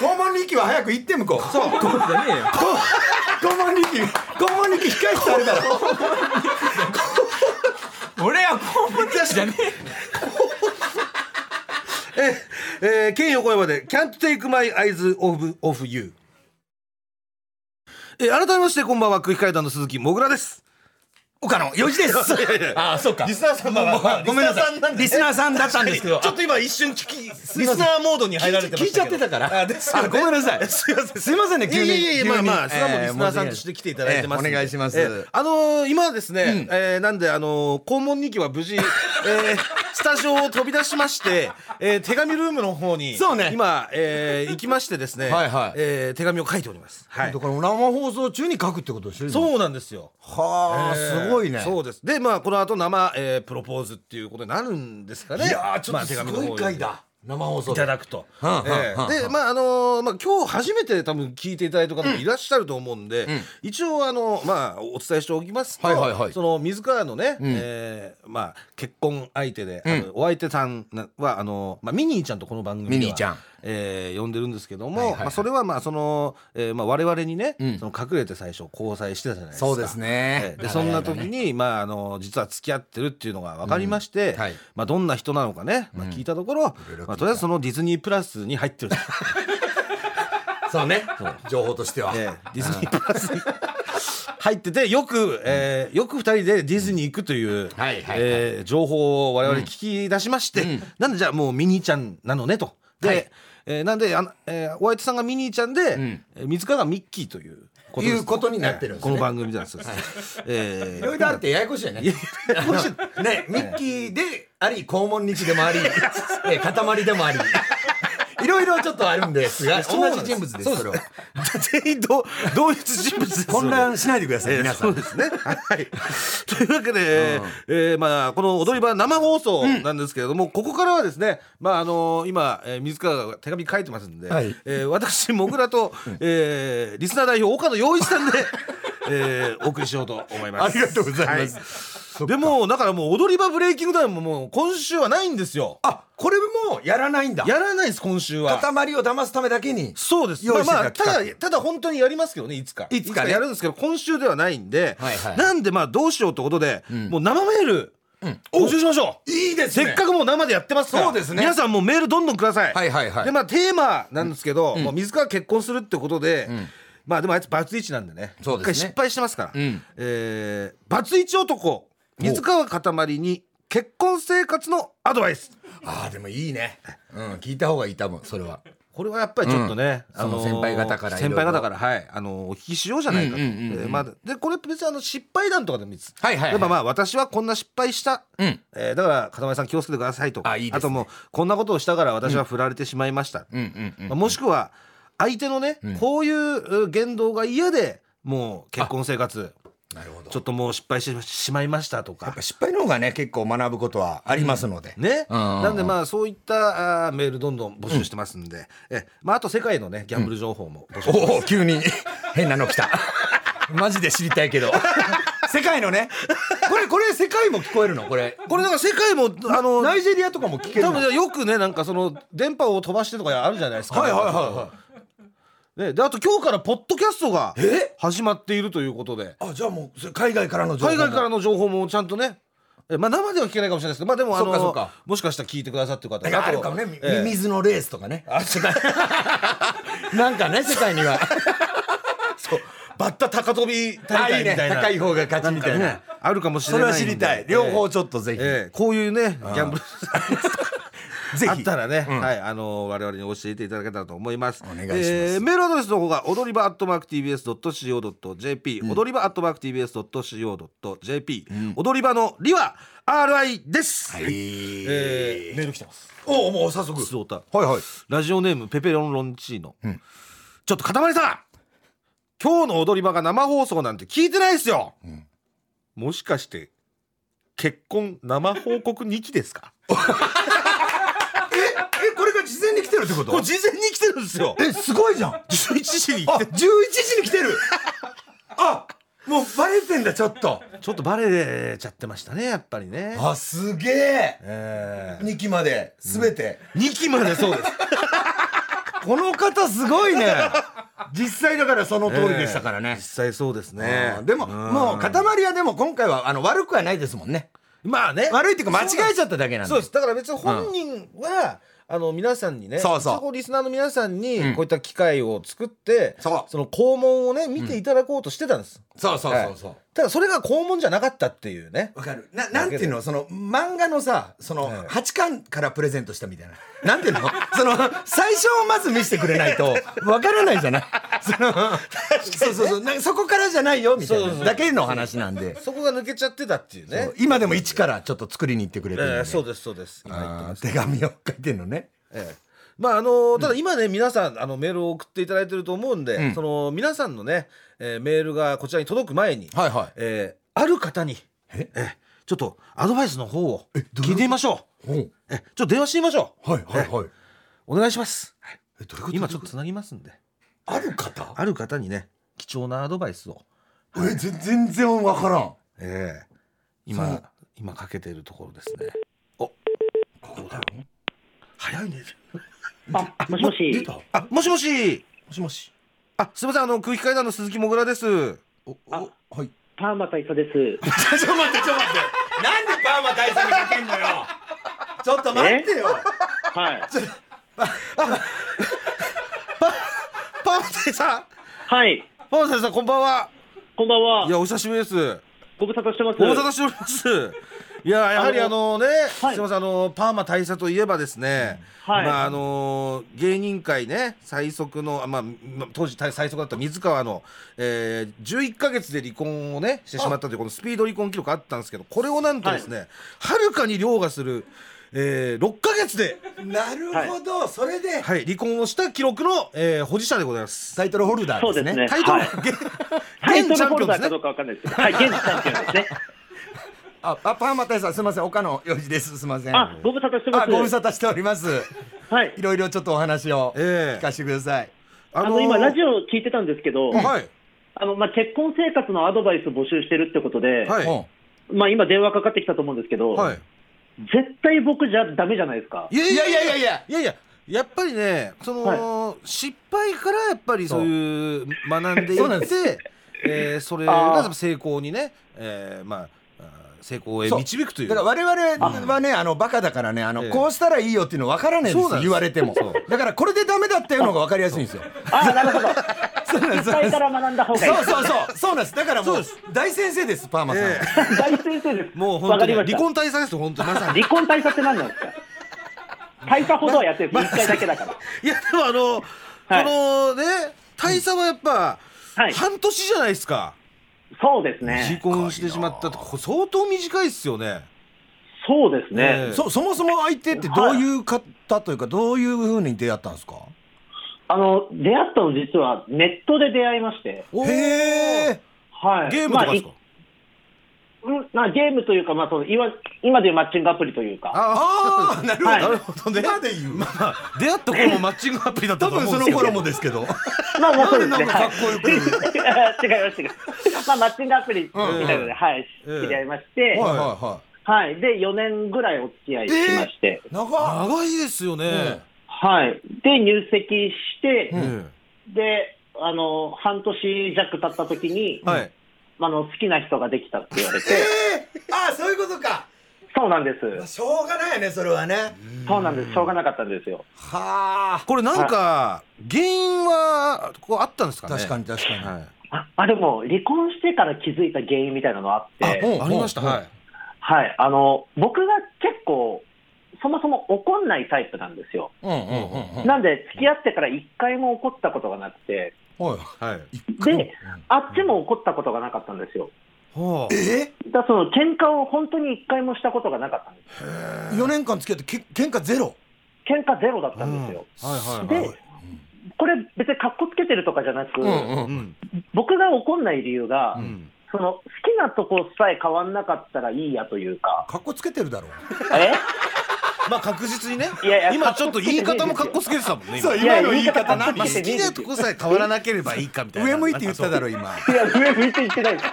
S4: 肛門力は早く行って向こうそう肛門力肛門力控えてあるから
S2: 俺は肛門力じゃねえ
S3: えー、えー、県横山で Can't take my eyes off, off you えー、改めましてこんばんは空気階段の鈴木もぐら です
S4: 岡野よじです
S2: ああそうか
S3: リスナーさんは
S4: ごめんなさいリスナーさんだったんですけど
S3: ちょっと今一瞬聞きリスナーモードに入られてま
S4: 聞い
S3: し
S4: ちゃ
S3: た
S4: っ
S3: け
S4: て
S3: ど
S4: たから
S3: あですよね
S4: あごめんなさい
S3: すいません
S4: すいませんね
S3: いや
S4: 急
S3: い
S4: に
S3: やいや
S4: 急
S3: まあ
S4: に
S3: まあそれはもう
S4: え
S3: リ
S4: ー
S3: スナーさんとして来ていただいてますんで、
S4: えーお願いします
S3: ーあのー今ですね、えーなんであのー肛門2期は無 事、えースタジオを飛び出しまして、えー手紙ルームの方に
S4: そうね
S3: 今、えー行きましてですね
S4: はいはい
S3: えー手紙を書いております、はい
S4: だ、から生放送中に書くってことでしょう
S3: そうなんですよ
S4: はあ、すごいね
S3: そうですでまあこの後生、えープロポーズっていうことになるんですかね
S4: いやーちょ
S3: ま
S4: っとす
S3: あ手紙の
S4: ご
S3: 方
S4: い
S3: に
S4: 回だ生放送
S3: い
S4: で
S3: ただくと。え
S4: はあはあはあ
S3: えでまああのーまあ今日初めて多分聞いていただいた方もいらっしゃると思うんで、一応あのまあお伝えしておきますと、
S4: はいはいはい
S3: その水川のね、えーまあ結婚相手で、あのお相手さんはあのまあミニーちゃんとこの番組では
S4: ミニーちゃん
S3: えー呼んでるんですけども、
S4: はいはいはい
S3: まあ、それはまあその、えーまあ、我々にね、
S4: うん
S3: その隠れて最初交際してたじゃないですか
S4: そうですね
S3: ええでそんな時に、まあ、あの実は付き合ってるっていうのが分かりまして、
S4: うんはい
S3: まあ、どんな人なのかね、まあ、聞いたところ、
S4: いろいろ聞いた
S3: まあ、とりあえずそのディズニープラスに入 ってる、
S4: そうね情報としては、
S3: ええディズニープラスに入っててよく、えーよく2人でディズニー行くという
S4: はいはいはい
S3: えー情報を我々聞き出しまして、なんでじゃあもうミニーちゃんなのねと。で、
S4: はい
S3: えーなんであの、えーお相手さんがミニーちゃんで、
S4: ん
S3: えー水川がミッキーというこです
S4: いうことになってるんです
S3: えー
S4: ね
S3: この番組ではそうです。え
S4: い
S3: ー
S4: ろいろあるってややこしいよね。 ね、ミッキーであり、肛門日でも あり、え塊でもあり。いろいろちょっとあるんですが、
S3: そう
S4: 同
S3: なんです
S4: じ人物です。それは
S3: 全員同同一人物です。
S4: 混乱しないでください、皆さ。
S3: そうんですね。はい。 というわけで、えーまあこの踊り場生放送なんですけれども、ここからはですね、まああの今、えー水川が手紙書いてますんで、
S4: はい
S3: えー私もぐらと、えーリスナー代表岡野陽一さんで、えーお送りしようと思います。
S4: ありがとうございます
S3: す。でもだからもう踊り場ブレイキングダウンももう今週はないんですよ。
S4: あ、これもやらないんだ。
S3: やらないです今週は。
S4: 塊を騙すためだけに。
S3: そうです。
S4: 用
S3: まあ
S4: 意してた
S3: まあた
S4: 企
S3: だただ本当にやりますけどねいつか。
S4: いつかね
S3: やるんですけど今週ではないんで、
S4: はいはい
S3: なんでまあどうしようってことで、もう生メール募集しましょう。
S4: いいです
S3: せ
S4: ね。
S3: っかくもう生でやってますから
S4: そうですね
S3: 皆さんもうメールどんどんください、
S4: はいはいはい
S3: でまあテーマなんですけど、もう水川結婚するってことで、まあでもあいつバツイチなんでね
S4: そうですね
S3: 一回失敗してますから、
S2: ん
S3: えーバツイチ男水川かたまりに結婚生活のアドバイス
S4: ああ、でもいいね。うん、聞いた方がいい多分、それは。
S3: これはやっぱりちょっとね、
S4: うんその先輩方からいろ
S3: 先
S4: いろ
S3: 輩方からはいあのお聞きしようじゃないかと、
S2: うんうんうんうん
S3: えーまあ、でこれ別にあの失敗談とかでもいいです、
S4: はいはいはい
S3: やっぱまあ私はこんな失敗した、
S2: うん
S3: えーだから片前さん気をつけてくださいとか
S4: あいいですね
S3: ともうこんなことをしたから私は振られてしまいました、
S2: うんうんうん
S3: まあもしくは相手のね、こういうう言動が嫌でもう結婚生活
S4: なるほど。
S3: ちょっともう失敗してしまいましたと
S4: や
S3: か
S4: っぱ。失敗の方がね、結構学ぶことはありますので。
S3: ね、
S4: うんうんうん
S3: なんでまあそういったあーメールどんどん募集してますんで、えまああと世界のねギャンブル情報も募集してます
S4: おお急に変なの来たマジで知りたいけど世界のねこれこれ世界も聞こえるのこれ
S3: これだから世界もあの
S4: ナイジェリアとかも聞ける
S3: 多
S4: の
S3: 分よくねなんかその電波を飛ばしてとかあるじゃないですか。。
S4: はいはいはい
S3: ね、であと今日からポッドキャストが始まっているということで
S4: あじゃあもうそれ海外からの情報
S3: 海外から
S4: の
S3: の情報もちゃんとね。えまあ、生では聞けないかもしれないですけど、まあ、でもあ
S4: そっかそっ
S3: の
S4: か
S3: もしかしたら聞いてくださってる方
S4: あるかもね、み
S3: ええ
S4: 水のレースとかね世界なんかね世界にはそう
S3: バッタ高跳び大会みたいな
S4: 高い方が勝ちみたいな
S3: ねあるかもし
S4: そ
S3: れな
S4: れ
S3: いん
S4: は
S3: で
S4: 知りたい両方ちょっとぜ
S3: え
S4: ひ、
S3: えええこういうねギャンブル
S4: ぜひ
S3: あったらね、はい、あの我々に教えていただけたらと思います。お
S4: 願いします
S3: えーメールアドレスの方が踊り場アットマーク TBS ドット CO ドット JP、踊り場アットマーク TBS ドット CO ドット JP、踊り場のりは RI です。
S4: はい、
S3: えーメール来てます。
S4: おおもう早速
S3: 普通歌
S4: はいはい
S3: ラジオネームペペロンロンチーノ。ちょっと塊さん、今日の踊り場が生放送なんて聞いてないですよ。もしかして結婚生報告2期ですか？
S4: えこれが事前に来てるってこ
S3: ことれ事前に来てるんですよ。
S4: えすごいじゃん
S3: 11時に
S4: あ
S3: 来て
S4: 11時に来てるあもうバレてんだちょっと
S3: ちょっとバレちゃってましたねやっぱりね。
S4: あすげえ
S3: え
S4: 2期まで全て、
S3: ー、2期まで そうです。
S4: この方すごいね実際だからその通りでしたから
S3: 実
S4: ね、
S3: 際そうです
S4: え
S3: ね
S4: ー。でももう塊はでも今回はあの悪くはないですもんね
S3: まあね
S4: 悪いっていうか間違えちゃっただけなんで
S3: そうです。だから別に本人は、あの皆さんにね、
S4: そうそう
S3: 一応こリスナーの皆さんにこういった機会を作って、
S4: そう
S3: の肛門をね見ていただこうとしてたんです。
S4: そうそうそうそう、
S3: はいただそれが肛門じゃなかったっていうね。
S4: わかるななんていうのその漫画のさその、八巻からプレゼントしたみたいななんていうの その最初をまず見せてくれないとわからないじゃ ないそのそうそうそうなんかそこからじゃないよみたいな
S3: そうそうそう
S4: だけの話なんで
S3: そこが抜けちゃってたっていうね。
S4: 今でも一からちょっと作りに行ってくれてるんで
S3: え
S4: ね、
S3: ーそうですそうです。今言ってます
S4: あー手紙を書いてんのね
S3: ええまああのただ今ね、皆さんあのメールを送っていただいてると思うんで、その皆さんのね、えーメールがこちらに届く前に、
S4: はいはい
S3: えーある方にええちょっとアドバイスの方を聞いてみましょう
S4: おう
S3: えちょっと電話してみましょう、
S4: はいはいはい
S3: お願いします、はい
S4: えどういうこと
S3: 今ちょっとつなぎますんで
S4: ある方
S3: ある方にね貴重なアドバイスを、
S4: えぜ全然わからん
S3: ええ
S4: そ
S3: 今
S4: う
S3: 今 かけているところですねおどうだろう早いね
S5: あ、もしもし。
S3: あ、もしもし。
S4: もしもし。
S3: あ、すみません。あの空気階段の鈴木もぐらです。
S4: お、お、はい。
S5: パーマ大佐です。
S4: ちょっと待って、ちょっと待って。なんでパーマ大佐にかけんのよ。ちょっと待ってよ。
S5: はい。
S3: パーマ大さん。
S5: はい。
S3: パーマ大さん、こんばんは。
S5: こんばん
S3: い
S5: は。
S3: や、お久しぶりです。
S5: ご無沙汰してます。
S3: ご無沙汰しております。いや、やはりあ
S5: あ
S3: のね、す
S5: はい
S3: みません。あのパーマ大佐といえばですね。
S5: はい
S3: まあ、あの芸人界ね、最速の、あまあ、当時最速だった水川の。えー11ヶ月で離婚をね、してしまったという、このスピード離婚記録あったんですけど、これをなんとですね。はるかに凌駕する、えー、6ヶ月で。
S4: なるほど、それで。
S3: はい、離婚をした記録の、えー保持者でございます。
S4: タイトルホルダ
S5: そ
S4: ー
S5: う
S4: で
S5: ですす
S4: ね。
S5: ね。
S3: タイトル、
S5: はい
S3: 現
S5: タイ
S3: 現チ
S5: ト
S3: ャ
S5: ル
S3: ン
S5: ホ
S3: ピオ
S5: ル
S3: ンで
S5: ダ
S3: すね
S5: ーかどう。かわかんないですけど、はい、現地チャンピオンで すね。
S4: あ、あパーマ大佐、すみません。岡野洋二です。すみません。
S5: あ、ご無沙汰してます。
S4: あご無沙汰しております。
S5: はい
S4: い。ろいろちょっとお話を
S3: ええ
S4: 聞かせてください。
S3: あ
S5: あの、今、ラジオ聞いてたんですけど、
S3: はい、
S5: あの、まあ、結婚生活のアドバイス募集してるってことで、
S3: はい、
S4: うん
S5: まあ、今電話かかってきたと思うんですけど、
S3: はい。
S5: 絶対僕じゃダメじゃないですか。
S3: いやい
S4: い
S3: や
S4: や
S3: い
S4: い
S3: やい
S4: やい
S3: や
S4: や
S3: い
S4: い
S3: や
S4: や、
S3: いやいや、やっぱりね、その、失敗からやっぱりそういう学んでい
S4: そうなん
S3: っ
S4: で
S3: て、えーそれ
S5: あ
S3: が
S5: ー
S3: 成功にね、えー、まああー成功へ
S4: そう
S3: 導くという。
S4: だから我々はねあのバカだからねあの、
S3: ええ
S4: こうしたらいいよっていうの分からないんで
S3: そう
S4: す
S3: なんです
S4: よ言われても
S3: そう
S4: だからこれでダメだったよのが分かりやすいんですよ
S5: あ、な るほど。
S4: そうなんです
S5: 失敗から学んだ方がいい
S4: そ。うそうそうそうなんですだからも
S3: そう
S4: う大先生ですパーマさん、
S3: え
S5: 大先生で
S3: ー
S5: す。
S3: もう
S5: わ
S3: 本
S5: か
S3: 当
S5: り
S3: に
S5: ました
S3: 離婚対策です本当にまさに。
S5: 離婚対策って何なんですか対策ほどはやってるんです。一回だけだから。
S3: いやでもあの、
S5: はい
S3: そのね大佐はやっぱ、
S5: はい
S3: 半年じゃないですか。
S5: そうです
S3: 離
S5: ね。
S3: 婚してしまったとこ相当短いですよね。
S5: そうです
S3: え
S5: ね。
S4: そそもそも相手ってどういう方というかどういうふうに出会ったんですか
S5: あの、出会ったの実はネットで出会いまして。
S3: おー
S4: へえ
S5: はい。
S3: ゲームとかですか。
S5: まあいうんまあ、ゲームというか、まあ、その、いわ今でいうマッチングアプリというか。
S4: ああなるほど、
S5: はい
S3: なるほどね。
S4: 今で言う、
S3: まあ出会った頃もマッチングアプリだった
S4: 多
S3: と思う
S4: 分
S3: ん
S4: そ
S3: で
S4: の
S3: すよ。
S4: 頃もですけど
S5: まあ、まあ、そうで
S4: な
S5: す
S4: ん
S5: ね。
S4: かかっ
S5: はい。
S4: こよく
S5: 違います、違います。まあ、マッチングアプリみたいなので、はい、
S3: ええ
S5: 知り合いまして、
S4: はいはいは
S5: はい。で、4年ぐらいお付き合いしまして、
S4: い長っ
S3: 長いですよね。
S5: はい。で、入籍して、
S3: え
S5: で、あの、半年弱経った時に、
S3: えはい。
S5: あの、好きな人ができたって言われて、
S4: えー、ああそういうことか
S5: そうなんです。
S4: しょうがないよねそれはね
S5: そうなんです。しょうがなかったんですよ。
S4: はあ
S3: これなんか原因はこうあったんですかね。
S4: 確かに確かに、
S3: はい。
S5: ああでも離婚してから気づいた原因みたいなのあって
S4: あうん
S3: ありました。
S4: うん
S3: はい。
S5: はいあの僕が結構そもそも怒んないタイプなんですよ、
S4: うんうんうんうん
S5: なんで付き合ってから一回も怒ったことがなくて
S4: はい
S3: はい。
S5: であっちも怒ったことがなかったんですよ
S3: は
S4: え
S5: だからその喧嘩を本当に一回もしたことがなかったんです
S4: 4年間付き合ってけ喧嘩ゼロ
S5: 喧嘩ゼロだったんですよ、
S3: あ。はいはいはい
S5: で。これ別にかっこつけてるとかじゃなく、
S3: うん
S5: 僕が怒んない理由が、
S3: うん。
S5: その好きなとこさえ変わんなかったらいいやとい うか
S4: かっこつけてるだろう
S5: え
S3: まあ確実にね
S5: いやい。や
S3: 今ちょっと言い方も格好つけてたもんね。
S4: そう
S3: 今
S5: いや
S4: 今の言い方
S5: 言い方
S4: 何
S5: マジ
S3: 好
S5: で
S3: きなとこさえ変わらなければいいかみたいな。
S4: 上向いて言っただろ今
S5: いや、上向いて言ってないです。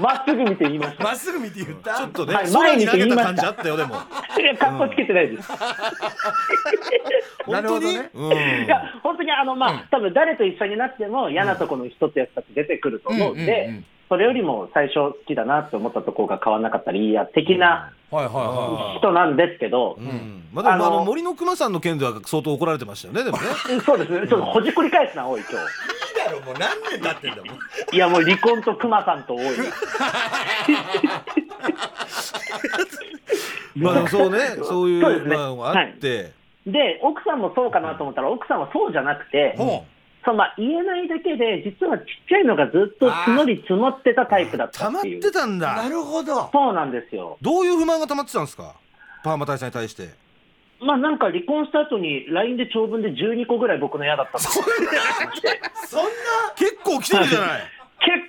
S5: まっすぐ見て言いました。
S4: まっすぐ見て言った
S3: ちょっとね、
S5: はい
S3: 空に投げた
S5: 前
S3: 感じ
S5: に言
S3: あったよでも。
S5: いや、かっこつけてないです。
S4: な
S3: 本
S4: る
S3: 当
S4: ほ
S3: に。
S4: どね
S3: うん
S5: いや、本当にあの、まあ、多分誰と一緒になっても嫌なとこの人ってやつたち出てくると思うんで、
S4: うんうんうん
S5: それよりも最初好きだなって思ったところが変わらなかったらいいや、的な
S4: はいはいは
S5: 人なんですけど、
S3: うんまあでもあ
S5: あの
S3: の森の熊さんの件では相当怒られてましたよねでも ね。
S5: そうですね、ちょっとほじくり返すな、多い、今
S4: いいいだろもう何年経ってんだもん
S5: 日。いや、もう離婚と熊さんと多い。
S3: まあでもそうね、そうい
S5: そう
S3: う
S5: ですね
S3: まああって、
S5: で、奥さんもそうかなと思ったら、奥さんはそうじゃなくて、
S4: ほ
S5: そうまあ、言えないだけで、実はちっちゃいのがずっと募り募ってたタイプだった
S3: 溜まっ
S5: っ
S3: て
S5: いう。
S3: てたんだ
S4: な。るほど
S5: そうなんですよ。
S3: どういう不満が溜まってたんですか。パーマ大佐に対して。
S5: まあなんか離婚した後に LINE で長文で12個ぐらい僕の嫌だったんです
S4: そん
S3: 結構来てるじゃない。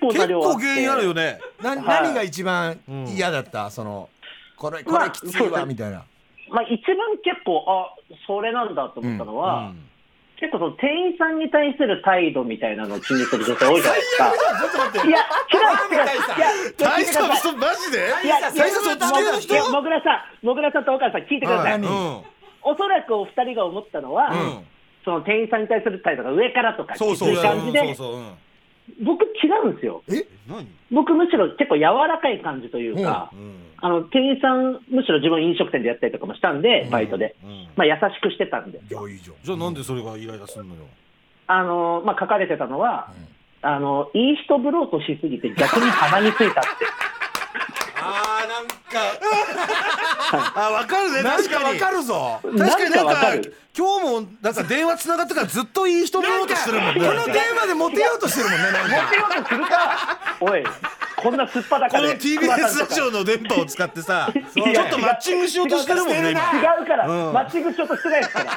S5: 結構
S3: 結
S5: な量
S3: 構原因あるよね。
S4: なな
S5: はい
S4: 何が一番嫌だったそのこれこれきつい
S5: まあ
S4: わみたいな
S5: まあ一番結構あそれなんだと思ったの
S3: う
S5: は、
S3: ん
S5: 結構その店員さんに対する態度みたいなのを気にする女性多いじゃないです
S4: ちょ
S5: か
S4: っと待っ
S5: いや違う違う
S4: 大佐
S5: いやいや聞いてくださ
S3: そう マジで？
S5: いいや
S4: 大佐そっち系の人
S5: いやもぐらさんもぐらさんと岡田さん聞いてください、
S3: うん
S5: おそらくお二人が思ったのは、
S3: うん
S5: その店員さんに対する態度が上からとかって
S3: そうそう
S5: いう
S3: そう
S5: 感じで
S3: そうそううん
S5: 僕違うんですよ
S3: 何
S5: 僕むしろ結構柔らかい感じというか、
S3: うん
S5: あの店員さんむしろ自分飲食店でやったりとかもしたんでバイトで、
S3: うん
S5: まあ、優しくしてたんで
S4: いやいいじゃん
S3: じゃあなんでそれがイライラするのよ
S5: あの、まあ、書かれてたのは、あのいい人ぶろうとしすぎて逆に鼻につい たって
S3: あーなんかあわかるね
S4: なん
S3: 確
S4: か
S3: か
S4: わ
S3: に
S4: かるぞ
S3: 確かになん
S5: なんかわ
S3: か
S5: かる
S3: 今日もなんか電話つながってからずっといい人ぶろうとしてるもんね
S4: この電話でモテようとしてるもんねなんか
S5: モテようとするからおいこんなすっぱだ
S3: こ
S5: か
S3: の
S5: で
S3: TBS ラジオの電波を使ってさちょ
S5: いや
S3: っとマッチングしようとしてるもんね今
S5: 違うから、
S3: うん
S5: マッチングしようとしてないで すから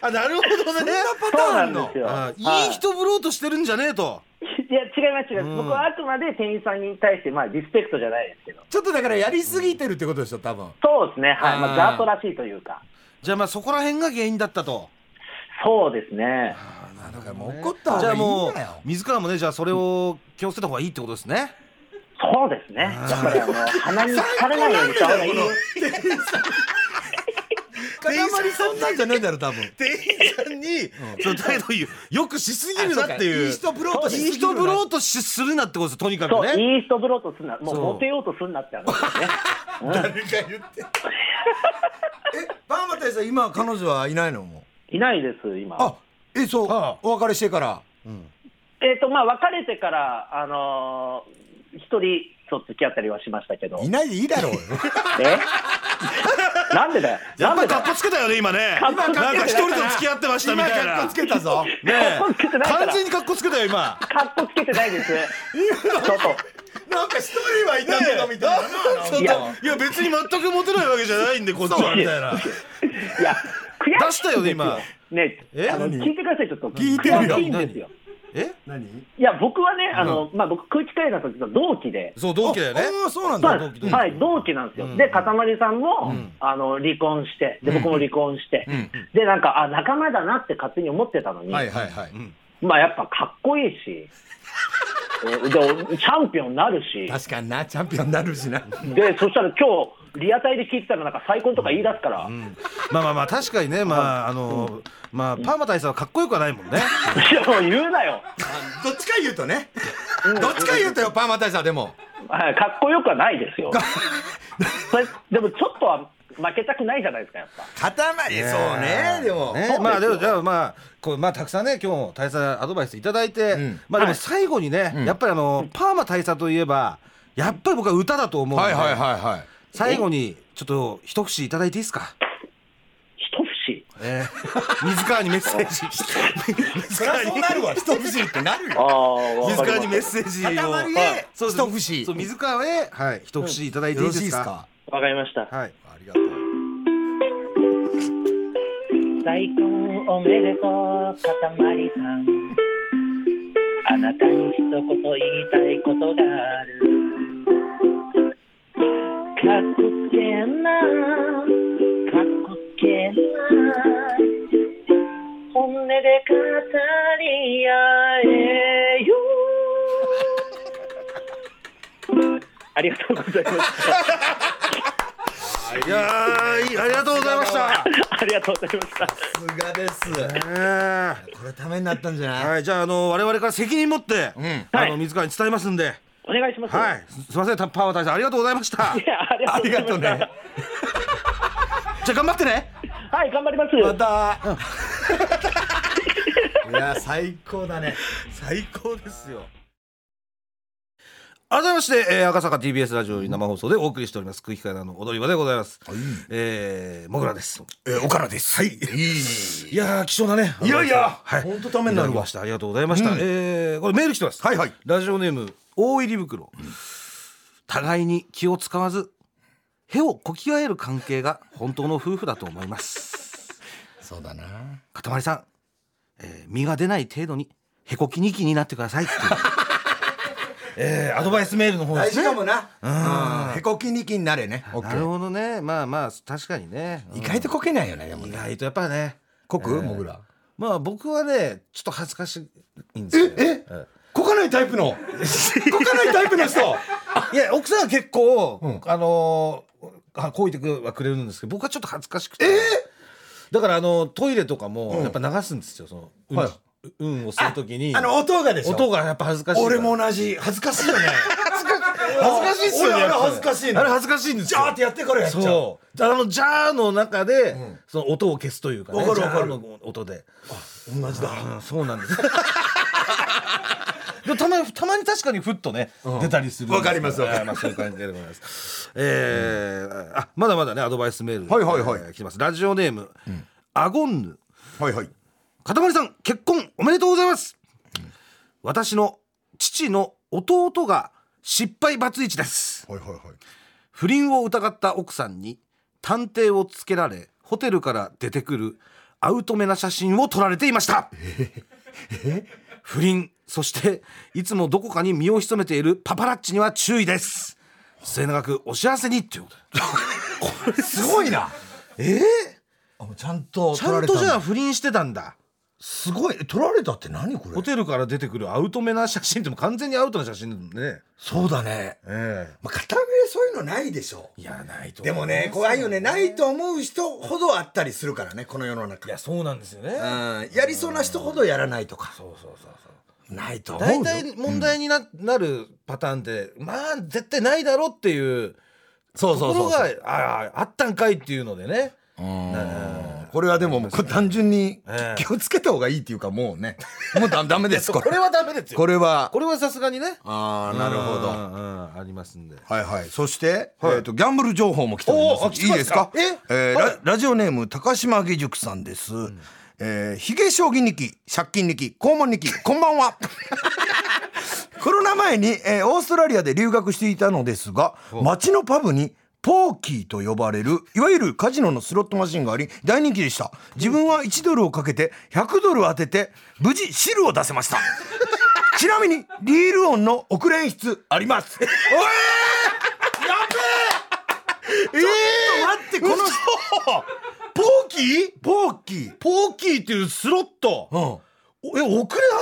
S3: あなる ほどね
S5: そうなんですよ
S3: あ
S5: はい
S3: いい人ぶろうとしてるんじゃねえと
S5: いや、違います、違います。僕はあくまで店員さんに対して、まあ、リスペクトじゃないですけど。
S4: ちょっとだからやりすぎてるってことでしょ多分
S5: そうですね。は
S2: あー
S5: い。まあ、ザートらしいというか。
S3: じゃあまあそこら辺が原因だったと
S5: そうですね。
S4: だからもう怒った方
S3: じゃ
S4: が
S3: あ
S4: いい
S3: も
S4: ん
S3: う
S4: だよ
S3: 自らもねじゃあそれを気をつけた方がいいってことですね
S5: そうですね。やっぱり、あの、鼻に刺されないようにした方がいい。
S4: 塊そんなんじゃねえだろ多分
S3: 店員さんにその態度を言うよくしすぎるなっていう
S4: いい人ブローとしす
S3: い
S4: ぎ
S3: い
S4: るな
S3: 人ぶろうとしするなってことですとにかく
S5: そう、
S3: ね
S5: いい人ぶろうとすんな。もう、
S3: そう
S5: モテようとすんなって話 ですね。
S4: えパーマ大佐今 彼女はいないのもう
S5: いないです、今。
S4: あえそう
S3: ああ
S4: お別れしてから
S5: えっ、と、まあ、別れてから、あのー一人、そう、付き合ったりはしましたけど。
S4: いないでいいだろうよ
S5: えなんでだよ。
S3: やっ
S5: なん
S3: ぱ
S5: で
S3: り
S5: だ
S3: カッ。
S5: よ
S3: コつけたよね 今ね
S5: カッコつけて
S3: なんか一人と付き合ってましたみ
S4: 今
S3: たい
S4: カッ
S3: な
S4: コつけたぞ
S3: ねえ
S5: カッコつけてないから
S3: 完全にカッコつけたよ今
S5: カッコつけてないです。ちょっと。
S4: なんか一人はいたけどみたい
S3: ち
S4: な
S3: ょっとい
S5: いや
S3: や別に全くモテないわけじゃないんでこっちはみたいない
S5: や、悔しいんですよ。
S3: 出したよね今
S5: ね
S3: え
S5: あの
S4: 何
S5: 聞いてください、ちょっと。
S4: 聞いてるよ
S5: 悔しいんですよ。
S3: え
S4: 何
S5: いや、僕はね、あの、まあ、僕、空気階段さんと同期で、
S3: そう同期だよね
S4: ああそうなん
S5: ま
S4: だ
S5: あはい、同期なんですよ。で、かたまりさんも、あの、離婚して、で、僕も離婚して、で、なんか、あ、仲間だなって勝手に思ってたのに、
S4: はいはいはい
S5: まあ、やっぱかっこいいし、えで、チャンピオンになるし、
S4: 確かになチャンピオンになるしな
S5: で、そしたら今日、リアタイで聞いてたら、なんか再婚とか言い出すから、
S3: まあまあまあ確かにねまああのまあパーマ大佐はかっこよくはないもんね
S5: いや、もう言うなよ。
S4: どっちか言うとねどっちか言うとよパーマ大佐でも
S5: はい、かっこよくはないですよ。それでもちょっとは負けたくないじゃないですか、やっぱ。
S4: 塊そうねでも
S3: ね、まあでもじゃあまあこうまあたくさんね今日も大佐アドバイスいただいて、
S4: ん
S3: まあでも最後にね、やっぱりあのパーマ大佐といえばやっぱり僕は歌だと思うの
S4: は
S3: で、
S4: いはいはいはい
S3: 最後にちょっと一節いただいていいですか、
S5: 一節
S3: えー、 水川にメッセージ
S4: そりゃそうなるわ人節ってなる
S5: あ
S4: よ
S5: あ、わ
S3: 水
S5: か
S3: 川
S5: りま
S3: に
S5: し
S3: メッセージを
S4: 塊
S3: はい
S4: へ
S3: そう
S4: 一節
S3: そう水川へ、はい、一節いただいていいですか,、
S5: た。わかりました。
S3: はい
S4: ありがとう
S5: 再婚おめでとう、かたまりさん。あなたに一言言いたいことがある。かっこつけんな、かっこつけんな。本音で語り合えよ。ありがとうございました。
S3: いやーいいありがとうございました、
S5: ありがとうございました。
S4: さすがです
S3: えー
S4: これためになったんじゃない
S3: はいじゃああの我々から責任持って、あの水川に伝えますんで
S5: お願いします。
S3: はい、すすみません、パワー大佐、ありがとうございました。
S5: いやあり
S4: あり
S5: が
S4: が
S5: と
S4: と
S5: うご
S4: う
S5: ざいま
S4: ね
S3: じゃあ、頑張ってね。
S5: した。はい、頑張ります。
S4: また いや最高だね
S3: 最高ですよ。改めまして、えー、赤坂 TBS ラジオより生放送でお送りしております空気階段の踊り場でございます、えー、もぐらです
S4: え岡野ですはい
S3: い
S4: い
S3: やー貴重なね
S4: いやいや
S3: はい
S4: ほんとためにな
S3: いた
S4: るわ
S3: だきましたありがとうございました、えー、これメール来てます
S4: はいはい
S3: ラジオネーム大入り袋、互いに気を使わずへをこきあえる関係が本当の夫婦だと思います
S4: そうだな
S3: かたまりさん、えー、身が出ない程度にへこきにきになってくださいっていうえー、アドバイスメールの方で
S4: 大
S3: す
S4: 事
S3: ね
S4: かもなうんへこきにきになれねオッ
S3: な
S4: ケ
S3: る
S4: ー
S3: ほどねまあまあ確かにね、うん
S4: 意外とこけないよねでも
S3: 意
S4: ね
S3: 外とやっぱね
S4: こくもぐら
S3: まあ僕はねちょっと恥ずかしいんですよ
S4: え
S3: うん
S4: こかないタイプのこかないタイプの人
S3: いや奥さんは結構、
S4: ん
S3: あのー、あこう言ってはくれるんですけど僕はちょっと恥ずかしくてえだからあのトイレとかもやっぱ流すんですよそのうん
S4: はい
S3: うんをするときに
S4: あの音がでしょ
S3: 音がやっぱ恥ずかしいから
S4: 俺も同じ恥ずかしいよね
S3: 恥ずかしいっすよね
S4: 俺あれ
S3: やっぱ
S4: 恥ずかしいの
S3: あれ恥ずかしいんです
S4: ジ
S3: よ
S4: ャーってやってからやっちゃう
S3: そうだからあの「じゃー」の中で、その音を消すというかね
S4: わかるわかる
S3: ジャーの音で
S4: 同じだ
S3: うんそうなんです でもたまにたまに確かにふっとね、出たりするんですけど
S4: わかりますわか
S3: は
S4: り
S3: いまあ、そういう感じでございますえーあまだまだねアドバイスメール、
S4: はいはいはい
S3: えー来てますラジオネーム、アゴンヌ
S4: はいはい
S3: かたまりさん結婚おめでとうございます、私の父の弟が失敗バツイチです
S4: はいはいはい
S3: 不倫を疑った奥さんに探偵をつけられホテルから出てくるアウトめな写真を撮られていました不倫そしていつもどこかに身を潜めているパパラッチには注意です末永くお幸せにということです
S4: ごいな
S3: え
S4: あもうちゃんと
S3: ち
S4: 取
S3: ゃ
S4: ら
S3: ん
S4: れた
S3: と
S4: んだ
S3: じゃあ不倫してたんだ
S4: すごい取られたって何こ
S3: ホ
S4: れ
S3: テルから出てくるアウトめな写真でも完全にアウトな写真だもんね
S4: そうだね
S3: え
S4: まあ片目でそういうのないでしょ
S3: えいやないと
S4: でもね怖いよねないと思う人ほどあったりするからねこの世の中
S3: そうなんですよね
S4: うんやりそうな人ほどやらないとかそうそうそうそうないと思う
S3: 大
S4: よ
S3: 体問題にな,、なるパターンでまあ絶対ないだろうっていう
S4: そう
S3: ところがあああったんかいっていうのでね
S4: これはでももうこれ単純に
S3: ええ
S4: 気をつけた方がいいっていうかもうねもうだダメですこ
S3: こ
S4: れ
S3: れはダメですよこ
S4: これは
S3: れはさすがにね
S4: ああなるほ
S3: う
S4: ど
S3: んうんありますんで
S4: はいはいそしてえっとギャンブル情報も来ており
S3: おー
S4: ま
S3: あ来
S4: す
S3: て
S4: いい
S3: ま
S4: ですす
S3: か
S4: か
S3: え
S4: えー
S3: は
S4: ラ
S3: い
S4: ラジオネーム高島義塾さんですえーひげ将棋にき借金にき肛門にきこんばんは コロナ前に、えーオーストラリアで留学していたのですが町のパブにポーキーと呼ばれるいわゆるカジノのスロットマシンがあり大人気でした自分は1ドルをかけて100ドル当てて無事汁を出せ ましたちなみにリール音の送れ演出ありますおえーやべえちょっと待ってこの
S3: ポーキー
S4: ポーキー
S3: ポーキーっていうスロット、
S4: うん
S3: おえ遅れ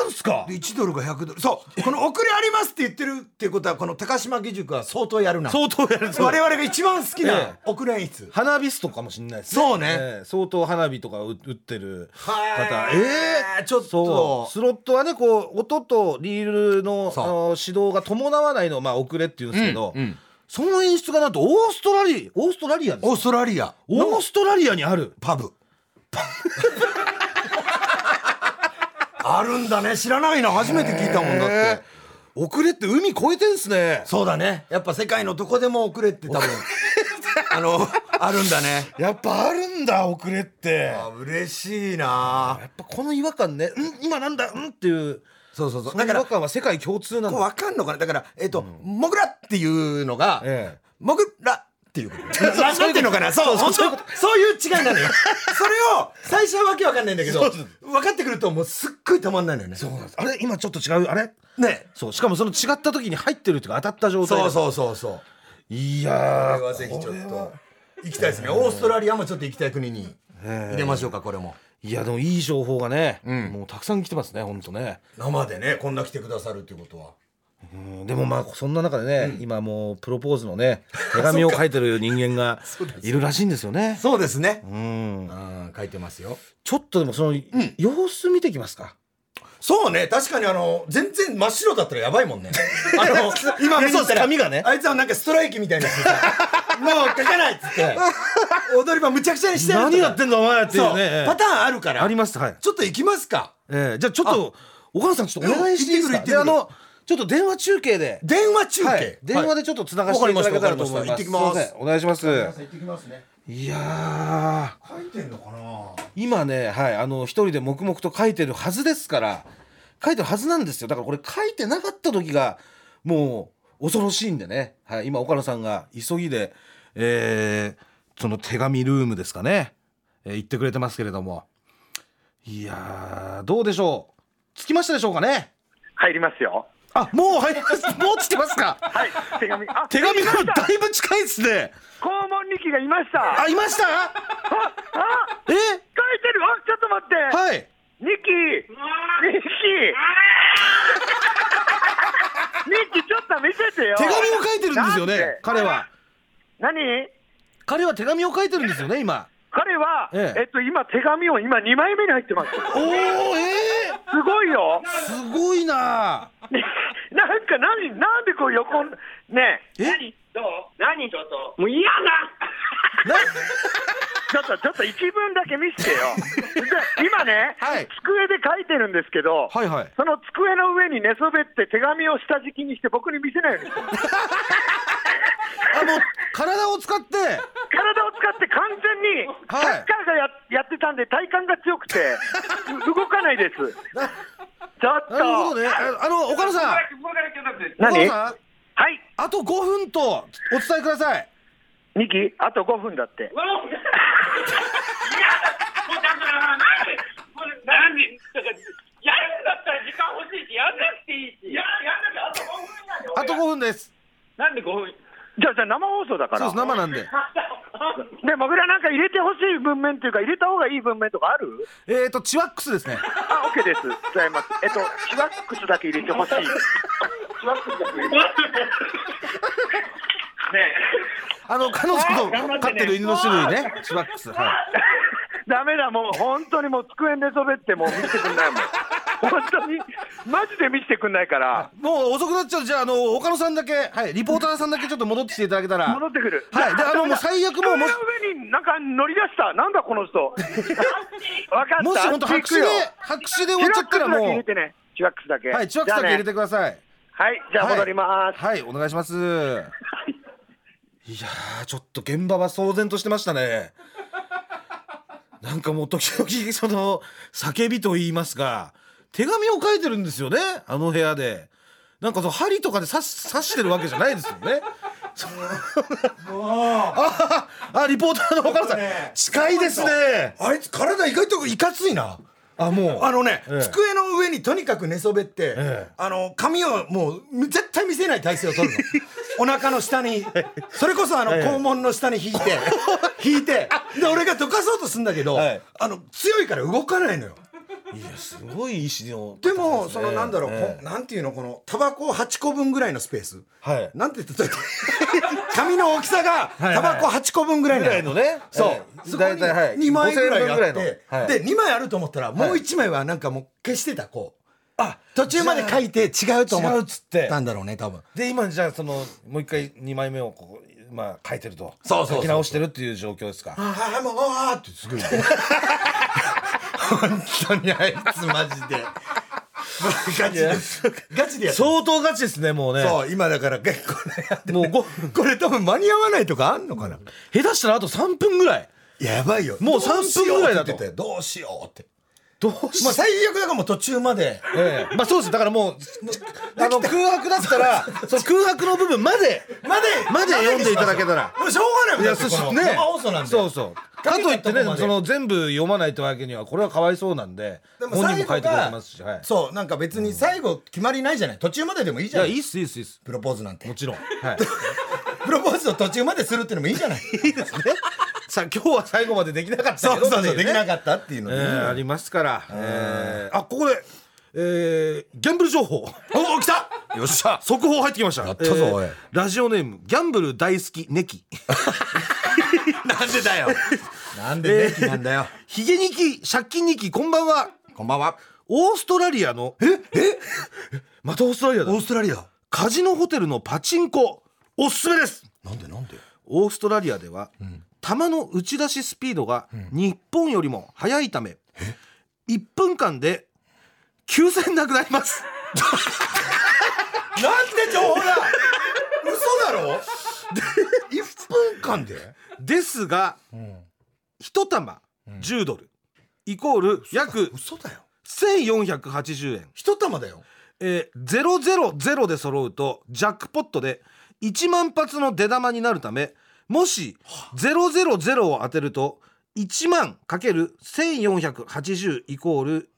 S3: なんすか
S4: で1ドルが100ドルそうこの「遅れあります」って言ってるっていうことはこの高島義塾は相当やるな
S3: 相当やるそう
S4: 我々が一番好き
S3: え
S4: な遅れ演出
S3: 花火ストかもしれないです
S4: そうね
S3: ええ相当花火とか打ってる
S4: は
S3: 方
S4: い
S3: ええ
S4: ちょっと
S3: そうスロットはねこう音とリールのあ
S4: そう
S3: の指導が伴わないのを、まあ、遅れっていうんですけど、その演出がなんとオーストラリアオーストラリアです
S4: オーストラリア
S3: オーストラリアにある
S4: パ ブあるんだね知らないな初めて聞いたもんだって
S3: 遅れって海越えてんすね
S4: そうだねやっぱ世界のどこでも遅れって 多分あのあるんだね
S3: やっぱあるんだ遅れって
S4: あ嬉しいな
S3: やっぱこの違和感ねうん今なんだうんっていう
S4: そうそうそう
S3: だ
S4: だ
S3: か
S4: から
S3: 違
S4: ら
S3: 和感は世界共通なん
S4: こう
S3: だ
S4: 分かんのかなだからえっ、と「もぐら」っていうのが
S3: ええ
S4: 「もぐら」っていうこと ななんていうのかなそうそうそうそういう違いなのよ それを最初はわけわかんないんだけど分かってくるともうすっごいたまんないのよねそう
S3: あれ今ちょっと違うあれ
S4: ね
S3: そうしかもその違った時に入ってるっていうか当たった状態
S4: そう
S3: う
S4: そうそうそう
S3: い
S4: こ
S3: や
S4: れはぜひちょっと行きたいですねオーストラリアもちょっと行きたい国に
S3: ええ
S4: 入れましょうかこれも
S3: ーいやでもいい情報がね、もうたくさん来てますねほんとね
S4: 生でねこんな来てくださるっていうことは
S3: でもまあそんな中でね、今もうプロポーズのね手紙を書いてる人間 がいるらしいんですよね。
S4: そうですね
S3: うん、
S4: うん書いてますよ
S3: ちょっとでもその、様子見てきますか。
S4: そうね確かにあの全然真っ白だったらやばいもん ねあの今
S3: いや
S4: 見に行ったら
S3: そうです髪がね
S4: あいつはなんかストライキみたいなやつ でさもう書かないっつって踊り場むちゃくちゃにしてやる
S3: 何やって
S4: ん
S3: んだお前っていう
S4: そう、
S3: ね。
S4: パターンあるから
S3: ありますはい。
S4: ちょっと行きますか
S3: ええじゃあちょっとお母さんちょっとお願いしていいですか。
S4: 行ってくる行ってくる
S3: であのちょっと電話中継で。
S4: 電話中継、
S3: はい、電話でちょっとつながしていただけたらと思います。
S4: わかりましたわかりまし
S3: いま
S4: た
S3: せんお願いします。
S4: 行ってきますね
S3: いやー、
S4: 書いてんのかな
S3: 今ね、はい、あの一人で黙々と書いてるはずですから書いてるはずなんですよだからこれ書いてなかった時がもう恐ろしいんでね、はい、今岡野さんが急ぎで、えーその手紙ルームですかね、えー行ってくれてますけれどもいやーどうでしょう着きましたでしょうかね
S6: 入りますよ。
S3: あもう入りますもう来てますか
S6: はい、手紙。あ、
S3: 手紙
S6: いま
S3: か
S6: し
S3: ら
S6: た
S3: だいぶ近いですね
S6: 肛門力がいました。
S3: あいました
S6: あ、
S3: え
S6: 書いてる。あ、ちょっと待って。
S3: はい
S6: ニキ、ニキ、ニキちょっと見せてよ。
S3: 手紙を書いてるんですよ
S6: なん
S3: ね
S6: で
S3: 彼は
S6: 何？
S3: 彼は手紙を書いてるんですよね今
S5: 彼は、
S3: ええ
S5: えっと、今、手紙を今、2枚目に入ってます。す
S3: おおえ
S5: ごいよ。
S3: ー、すごいな
S5: ねなんか何、なんでこう横、ねえ
S3: え
S6: どう何ちょっと
S5: もう嫌だ ちょっと、ちょっと一文だけ見せてよ。で今ね、
S3: はい
S5: 机で書いてるんですけど、
S3: はいはい
S5: その机の上に寝そべって手紙を下敷きにして僕に見せないようにしてる
S3: あもう体を使って
S5: 体を使って完全にサ
S3: はい
S5: ッカーがや,、やってたんで体幹が強くてう動かないですちょっと
S3: なるほどねああの岡野さん岡野
S5: 何
S3: さん
S5: はい
S3: あと5分とお伝えください
S5: ニキあと5分だって
S6: わおいやもうだから何これ何だからやるんだったら時間欲しいしやんなくていいしややんなきゃあと5
S3: あと5
S6: 分なんで
S3: 分です
S6: なんで5分
S5: じゃあじゃあ生放送だか
S3: そうで
S5: ら
S3: す生なんで
S5: ねもぐらなんか入れてほしい文面っていうか入れた方がいい文面とかある
S3: えっ、ー、とチワックスですね
S5: あ OK ですござ いますえっとチワックスだけ入れてほしい チワックスだけ入れてほし
S3: あの彼女の飼ってる犬の種類ねチワックスはい
S5: いダメだもう本当にもう机に寝そべってもう見せてくんな いもん本当にマジで見せてくんないから
S3: もう遅くなっちゃうじゃああの岡野さんだけはいリポーターさんだけちょっと戻ってきていただけたら
S5: 戻ってくる
S3: はいであのもう最悪もう
S5: 机の
S3: もし
S5: 上になんか乗り出したなんだこの 人わかった
S3: もし本当
S5: 行
S3: 白
S5: く
S3: 紙
S5: よ
S3: で白紙で終わっちゃったら
S5: チワッ
S3: も
S5: クスだけ入れてねチワックスだけ
S3: うはいチワックスだけ入れてください
S5: じゃあねはいじゃあ戻ります、
S3: はい、はいお願いしますいやーちょっと現場は騒然としてましたねなんかもう時々その叫びと言いますか手紙を書いてるんですよねあの部屋でなんかその針とかで刺す刺してるわけじゃないですよねそのああリポーターの岡野さん近いですね
S4: あいつ体意外といかついな
S3: あもう
S4: あのね、
S3: ええ
S4: 机の上にとにかく寝そべって、
S3: ええ
S4: あの髪をもう絶対見せない体勢を取る のお腹の下にそれこそあの、
S3: ええ
S4: 肛門の下に引いて引 いてで俺がどかそうとするんだけど、
S3: はい
S4: あの強いから動かないのよ
S3: いやすごい意志の
S4: でも、そのなんだろう、
S3: ええ
S4: こなんていうのこのタバコ8個分ぐらいのスペース
S3: はい
S4: なんて言ったら 紙の大きさが
S3: いはい
S4: タバコ8個分ぐらい
S3: ぐ
S4: な
S3: らいのね
S4: そう、
S3: ええ
S4: そこ
S3: 大体はい
S4: に2枚ぐらいあ
S3: 5000
S4: っ
S3: ぐらい
S4: て
S3: のはい
S4: で2枚あると思ったらもう
S3: はい
S4: 1枚はなんかもう消してたこう
S3: あ
S4: 途中まで書いて違うと思
S3: 違うっ
S4: っ
S3: つって
S4: たんだろうね多分
S3: で今じゃあそのもう一回2枚目をこうまあ書いてると
S4: そうそうそう
S3: 書き直してるっていう状況です か
S4: ああもうああってす ごい本当にあいつマジでガチでガチでやってる
S3: 相当ガチですねもうね
S4: そう今だから結構ね
S3: もう5分
S4: これ多分間に合わないとかあんのかな
S3: 下手したらあと3分ぐらい
S4: やばいよ
S3: もう
S4: どしよ
S3: 3分ぐらいだと
S4: って言ってたよどうしようって
S3: どうし
S4: まあ
S3: て、
S4: 最悪だからもう途中まで
S3: ええまあそうですだからもうあの空白だったら その空白の部分まで
S4: まで
S3: まで読んでいただけたら
S4: でもしょうがないもんだって
S3: そし
S4: この
S3: ね
S4: 生放送なんで
S3: そうそうかといってね
S4: かけたとこまで
S3: その全部読まないってわけにはこれはかわいそうなんで
S4: でも
S3: 本人も
S4: 最
S3: 書
S4: 後
S3: いてくれ
S4: が
S3: てますしはい
S4: そうなんか別に最後決まりないじゃない途中まででもいいじ
S3: い
S4: ゃ
S3: や
S4: ないい
S3: いっすいいっすいいっす
S4: プロポーズなんて
S3: もちろんはい
S4: プロポーズを途中までするってのもいいじゃない
S3: いいですね。さあ今日は最後までできなかった
S4: そ
S3: け
S4: う
S3: ど
S4: そう
S3: ってい
S4: そうう
S3: ね
S4: できなかったっていうの
S3: え
S4: でいいの
S3: ーあ
S4: よ
S3: りますから。えーあここで、えーギャンブル情報。
S4: おお来たよっしゃ
S3: 速報入ってきました。
S4: やったぞおい
S3: ラジオネームギャンブル大好きネキ。
S4: なんでだよ なんでネキなんだよ
S3: ヒゲニキ借金ニキこんばんは。
S4: こんばんは
S3: オーストラリアのええ またオーストラリアだ
S4: オー。ストラリア
S3: カジノホテルのパチンコおすすめです。
S4: なんでなんで
S3: オーストラリアでは、球の打ち出しスピードが日本よりも速いため、1分間で9000なくなり ます。
S4: なんで情報だ嘘だ ろで1分間で
S3: ですが、一玉10ドル、イコール約
S4: 嘘だよ
S3: 1480円、
S4: 一玉だよ
S3: えー、000で揃うとジャックポットで1万発の出玉になるためもし000を当てると1万かける1480イコール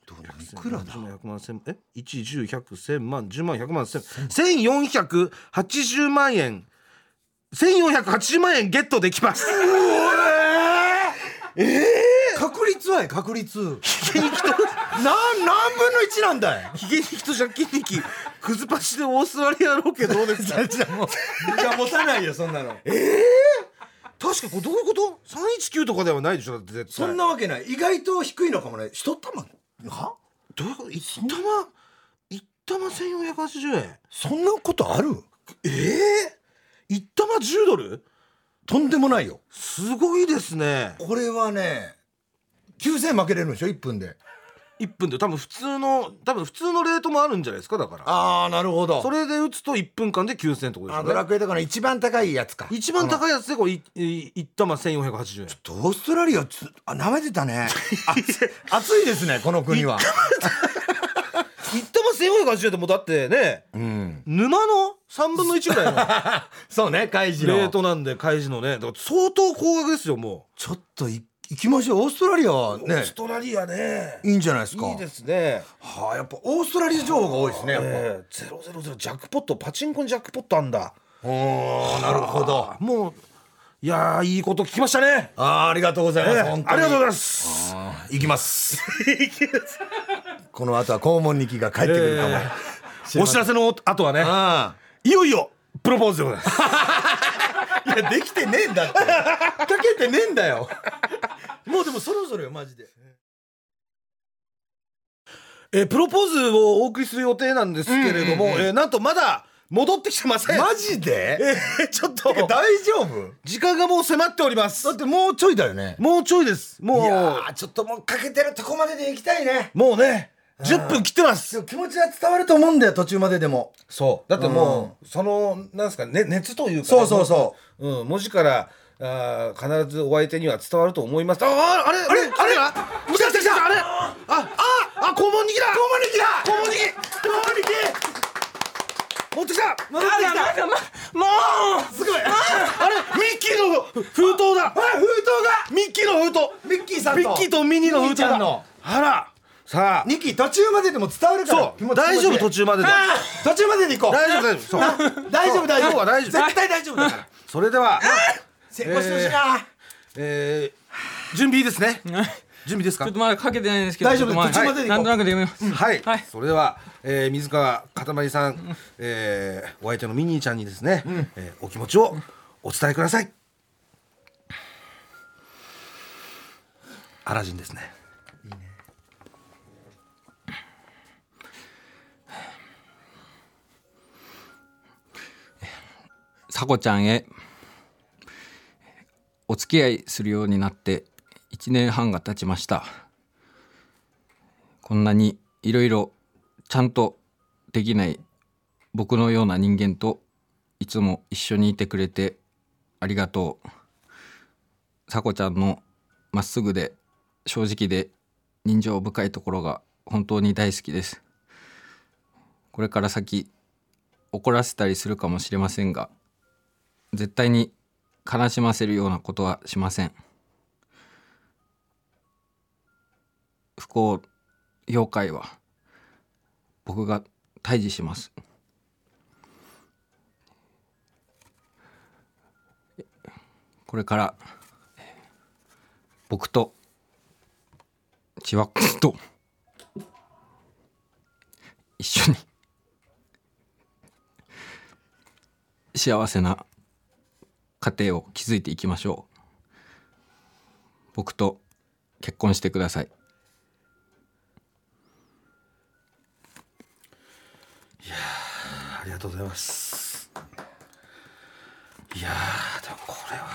S4: いくらだ
S3: 1万100万千え一十百千万十万百万千千四百八十万円千四百八十万円ゲットできます。
S4: 確率は確 率なん何分の1なん だよ
S3: ヒゲニキと借金ニキくずパシでオーストラリアロケどうですか
S4: じゃあもう持たないよそんなの
S3: 確かこれどういうこと319とかではないでしょだって絶対
S4: そんなわけない意外と低いのかもね一玉は
S3: どういうこと一玉一玉1480円
S4: そんなことある
S3: ええ一玉10ドル
S4: とんでもないよ
S3: すごいですね
S4: これはね9000負けれるんでしょ1分で
S3: 1分で多分普通の多分普通のレートもあるんじゃないですかだから
S4: ああなるほど
S3: それで打つと1分間で9000円ってことで
S4: あ
S3: す
S4: ド
S3: よ
S4: ラ
S3: ね
S4: クエとかの一番高いやつか
S3: 一番高いやつでこれいい一玉1480円
S4: あのオーストラリアつあ舐めてた ねあ暑いですねこの国は
S3: 一玉1480円ってもうだってね
S4: うん
S3: 沼の3分の1ぐらい の
S4: そうね開示
S3: レー
S4: の
S3: トなんで開示のねだから相当高額ですよも
S4: ちょっとい行きましょうオーストラリアは
S3: う、
S4: ね
S3: トラリアね
S4: いいんじゃないですか
S3: いいですね
S4: はあやっぱオーストラリア情報が多いですねやっぱ、
S3: ええ000ジャックポットパチンコにジャックポットあんだ
S4: おーなるほど
S3: もういやーいいこと聞きましたね、
S4: あーありがとうござい
S3: え
S4: ま
S3: え
S4: す、
S3: あ
S4: 本
S3: り
S4: 当
S3: が
S4: に
S3: とうございます
S4: 行きますこの後は肛門に気が帰ってくるかも、
S3: えお知らせの後はね
S4: あ
S3: いよいよプロポーズでございます
S4: あいやできてねえんだってかけてねえんだよもうでもそろそろよマジで
S3: えープロポーズをお送りする予定なんですけれども、えーなんとまだ戻ってきてません。
S4: マジで
S3: えーちょっと
S4: 大丈夫
S3: 時間がもう迫っております
S4: だっ。てもうちょいだよね
S3: もうちょいです。
S4: い
S3: も
S4: や
S3: う
S4: ーちょっともうかけてるとこまでで行きたいね
S3: もうね10分切ってま
S4: ち
S3: す。
S4: ょ気持ちは伝わると思うんだよ途中まででも
S3: そうだってもう、そのなんですかね熱というか、。
S4: そうそうそう
S3: うん文字から。あー必ずお相手には伝わると思います。あああれあれあれあれ来た来た来たあれあああ肛門にきだ肛門にきだ肛門にき肛門にき持ってきた持ってきた
S2: も
S3: すごいあれミッキーの封筒だあ封筒がミッキーの封筒
S4: ミッキーさんと
S3: ミッキーとミニの封筒
S4: ミニちゃ
S3: だ
S4: んの
S3: あらさあ
S4: ニキ途中まででも伝わるから
S3: そ
S4: 気持
S3: う
S4: ち気持ち
S3: 大丈夫途中までで
S4: あー 途中までで行こう
S3: 大丈夫大丈夫そう
S4: な 大丈夫大丈
S3: 今日
S4: 夫
S3: は大丈夫
S4: 絶対大丈夫 だから
S3: それでは
S4: 成功してほしいな
S3: えー準備いいですね準備です
S2: ち
S3: か
S2: ょっとまだかけてないんですけど
S4: 大丈夫
S2: ちょっと
S4: 途中までで行
S2: なん
S4: こう
S2: となくで読みます
S3: はい、
S2: はい
S3: それでは、えー水川かたまりさん、えーお相手のミニーちゃんにですね、えーお気持ちをお伝えくださいアラジンですね
S2: さこちゃんへお付き合いするようになって1年半が経ちましたこんなにいろいろちゃんとできない僕のような人間といつも一緒にいてくれてありがとうさこちゃんのまっすぐで正直で人情深いところが本当に大好きですこれから先怒らせたりするかもしれませんが絶対に悲しませるようなことはしません不幸妖怪は僕が退治しますこれから僕と千葉君と一緒に幸せな家庭を築いていきましょう僕と結婚してください
S3: ありがとうございますいやーでもこれは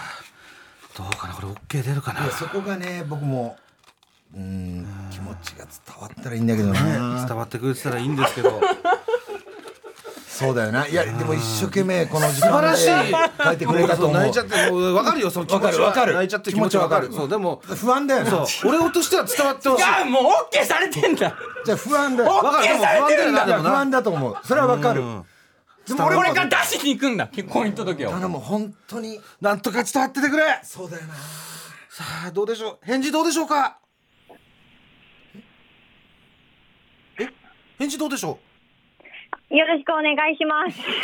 S3: どうかなこれ OK 出るかな
S4: そこがね僕もうーん気持ちが伝わったらいいんだけどね
S3: 伝わってくれてたらいいんですけど
S4: そうだよないやでも一生懸命この時
S3: 素晴
S4: 間
S3: ら
S4: で
S3: しい
S4: 書いてくれたと思
S3: 泣
S4: う
S3: いちゃってもう分かるよその気持ち
S4: わ
S3: は
S4: かるわかる
S3: 泣いちゃってる気持ちは分かる
S4: 気持ち
S3: そうでも
S4: 不安だよね
S3: そう俺としては伝わってほしい
S2: あもう OK されてんだ
S4: じゃあ不安だよ
S3: わかるでも不安だよなでも
S4: 不
S3: な
S4: 安だと思うそれはわかるでも俺も
S2: が出しに行くんだ婚姻届を
S4: 頼む本当に
S3: なんとか伝わっててくれ
S4: そうだよな
S3: さあどうでしょう返事どうでしょうかえ返事どうでしょ
S7: よろしくお願いします。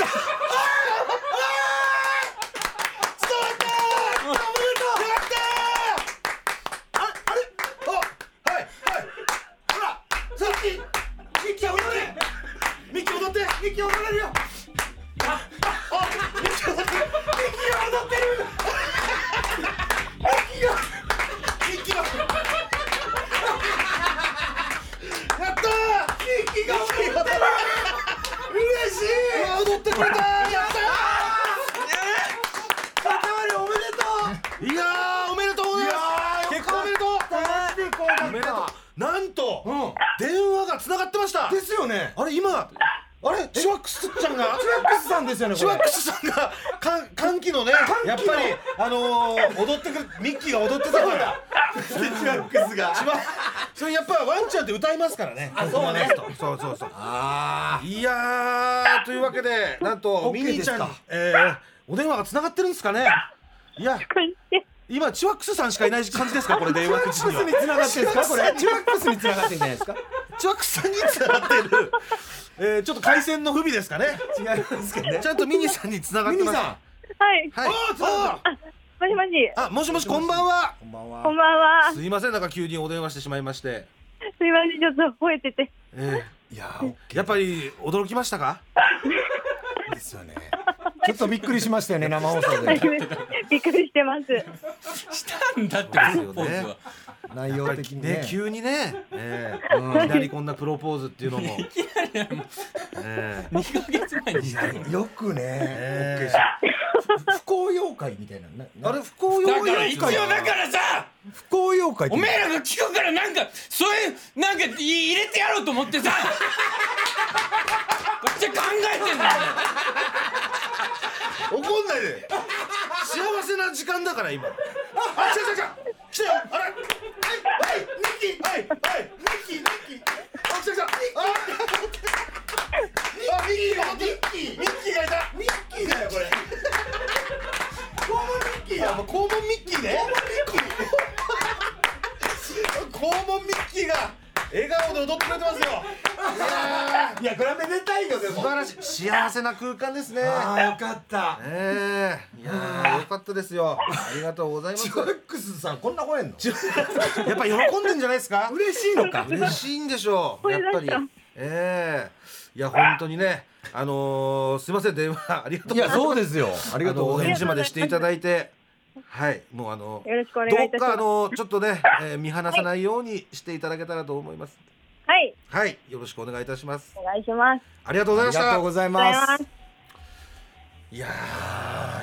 S3: うれ今あれチワックスちゃんが
S4: チワックスさんですよねこ
S3: チ
S4: れ
S3: ワックスさんがか歓喜のねやっぱりあのー、踊ってくるミッキーが踊ってたから
S4: チワックスが
S3: チワそれやっぱワンちゃんって歌いますからねあそうねそうそうそう
S4: あ
S3: いやーというわけ でなんと
S4: OK
S3: ミニーちゃんに
S4: ですか、
S3: えー、お電話がつながってるんですかねいや今チワックスさんしかいない感じですかこれ電話口には
S4: 繋がってるんですかこ れチワックスに繋がってるんじゃないですか
S3: チワックスさんにつながってる、えー、ちょっと回線の不備ですかね
S4: 違いますけどね
S3: ちゃんとミニさんにつながっ
S4: ミ
S3: て
S4: ニ
S3: ます
S4: さ
S7: はい。
S3: はいあーつながった
S7: もしもし。
S3: あもしもしこんばんは
S4: んこんばんは
S7: こんばんは。
S3: すいませんなんか急にお電話してしまいまして、
S7: すいません、ちょっと吠えてて。
S3: え
S4: いやー OK
S3: ー、やっぱり驚きました か
S4: ですよねちょっとびっくりしました よね生放送で
S7: びっくりしてます。
S2: したんだってプ ロポーズは
S4: 内容的にね
S3: ね急にね、えーいきなりこんなプロポーズっていうのもいきなりえー
S2: 2ヶ月前にしたの
S4: よくね、
S3: えー
S4: OK した不幸妖怪みたいななな
S3: あれ不幸
S2: だ
S3: 用
S2: から一応だからさ
S4: 不幸妖怪って
S2: おめえらが聞くからなんかそういうなんかい入れてやろうと思 ってさこっちは考えてんだよ
S3: 怒んないで幸せな時間だから今あ違う違う違う来たよあれはいはいニッキーはいはいニッキーニッキーあ来た来たああミッキーがニッキーニッキーがいたニッキーだよこれ肛門ミッキーだ肛門ミッキーね肛門ミッキー肛門ミッキーが笑顔で踊ってくれてますよ
S4: いやこれはめでたいよで
S3: 素
S4: も
S3: 晴らしい幸せな空間ですね
S4: ああよかった
S3: ええいやーよかったですよ。ありがとうござい ます。
S4: チワックスさんこんな吠えんの
S3: やっぱ喜んでんじゃないですか。
S4: 嬉しいのか
S3: 嬉しいんでしょう。
S7: 声
S3: やっ
S7: 出
S3: ぱ
S7: し
S3: り
S7: た。
S3: ええいや本当にね、あのーすいません電話ありがとうご
S4: い
S3: ざい
S4: や
S3: ます。
S4: そうですよありがとうご
S3: あのお
S4: ざ
S3: 返
S4: います
S3: 事までしていただいて、はい、もうあの
S7: よろしくお願い
S3: ど
S7: い
S3: った
S7: し
S3: か
S7: ま
S3: あ
S7: す。
S3: のちょっとね、えー見放さないようにしていただけたらと思います。
S7: はい。
S3: はい、よろしくお願いいたします。
S7: お願いします。
S3: ありがとうございま
S4: あり
S3: し
S4: がとう
S3: た。
S4: ござい
S7: お願いし
S4: ま
S7: ますす。
S3: いや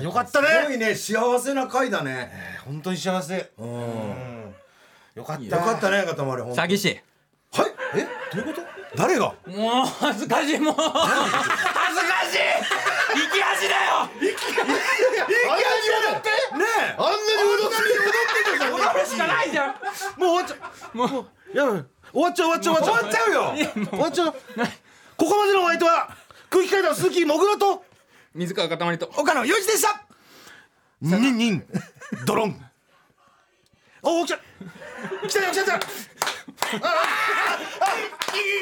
S3: ーよかったね
S4: す。ごいね幸せな回だね
S3: えー本当に幸せ。
S4: うん
S3: よかった。
S4: よかったねかたまりほんと
S2: 詐欺師
S4: はいえどういうこと誰が
S2: もう恥ずかしいもう恥ずかしい生き恥だよ
S3: あんなに踊ってねあんなに踊って踊ってた
S2: これしかないじゃん
S3: もう終わっちゃうもうやばい終わっちゃう終わっちゃう終わっちゃう よ終わっちゃうここまでのお相手は空気階段鈴木もぐらと
S2: 水川かたまりと
S3: 岡野裕二でしたニンニンドロンおお来た来たよ来たよ来たよああああいい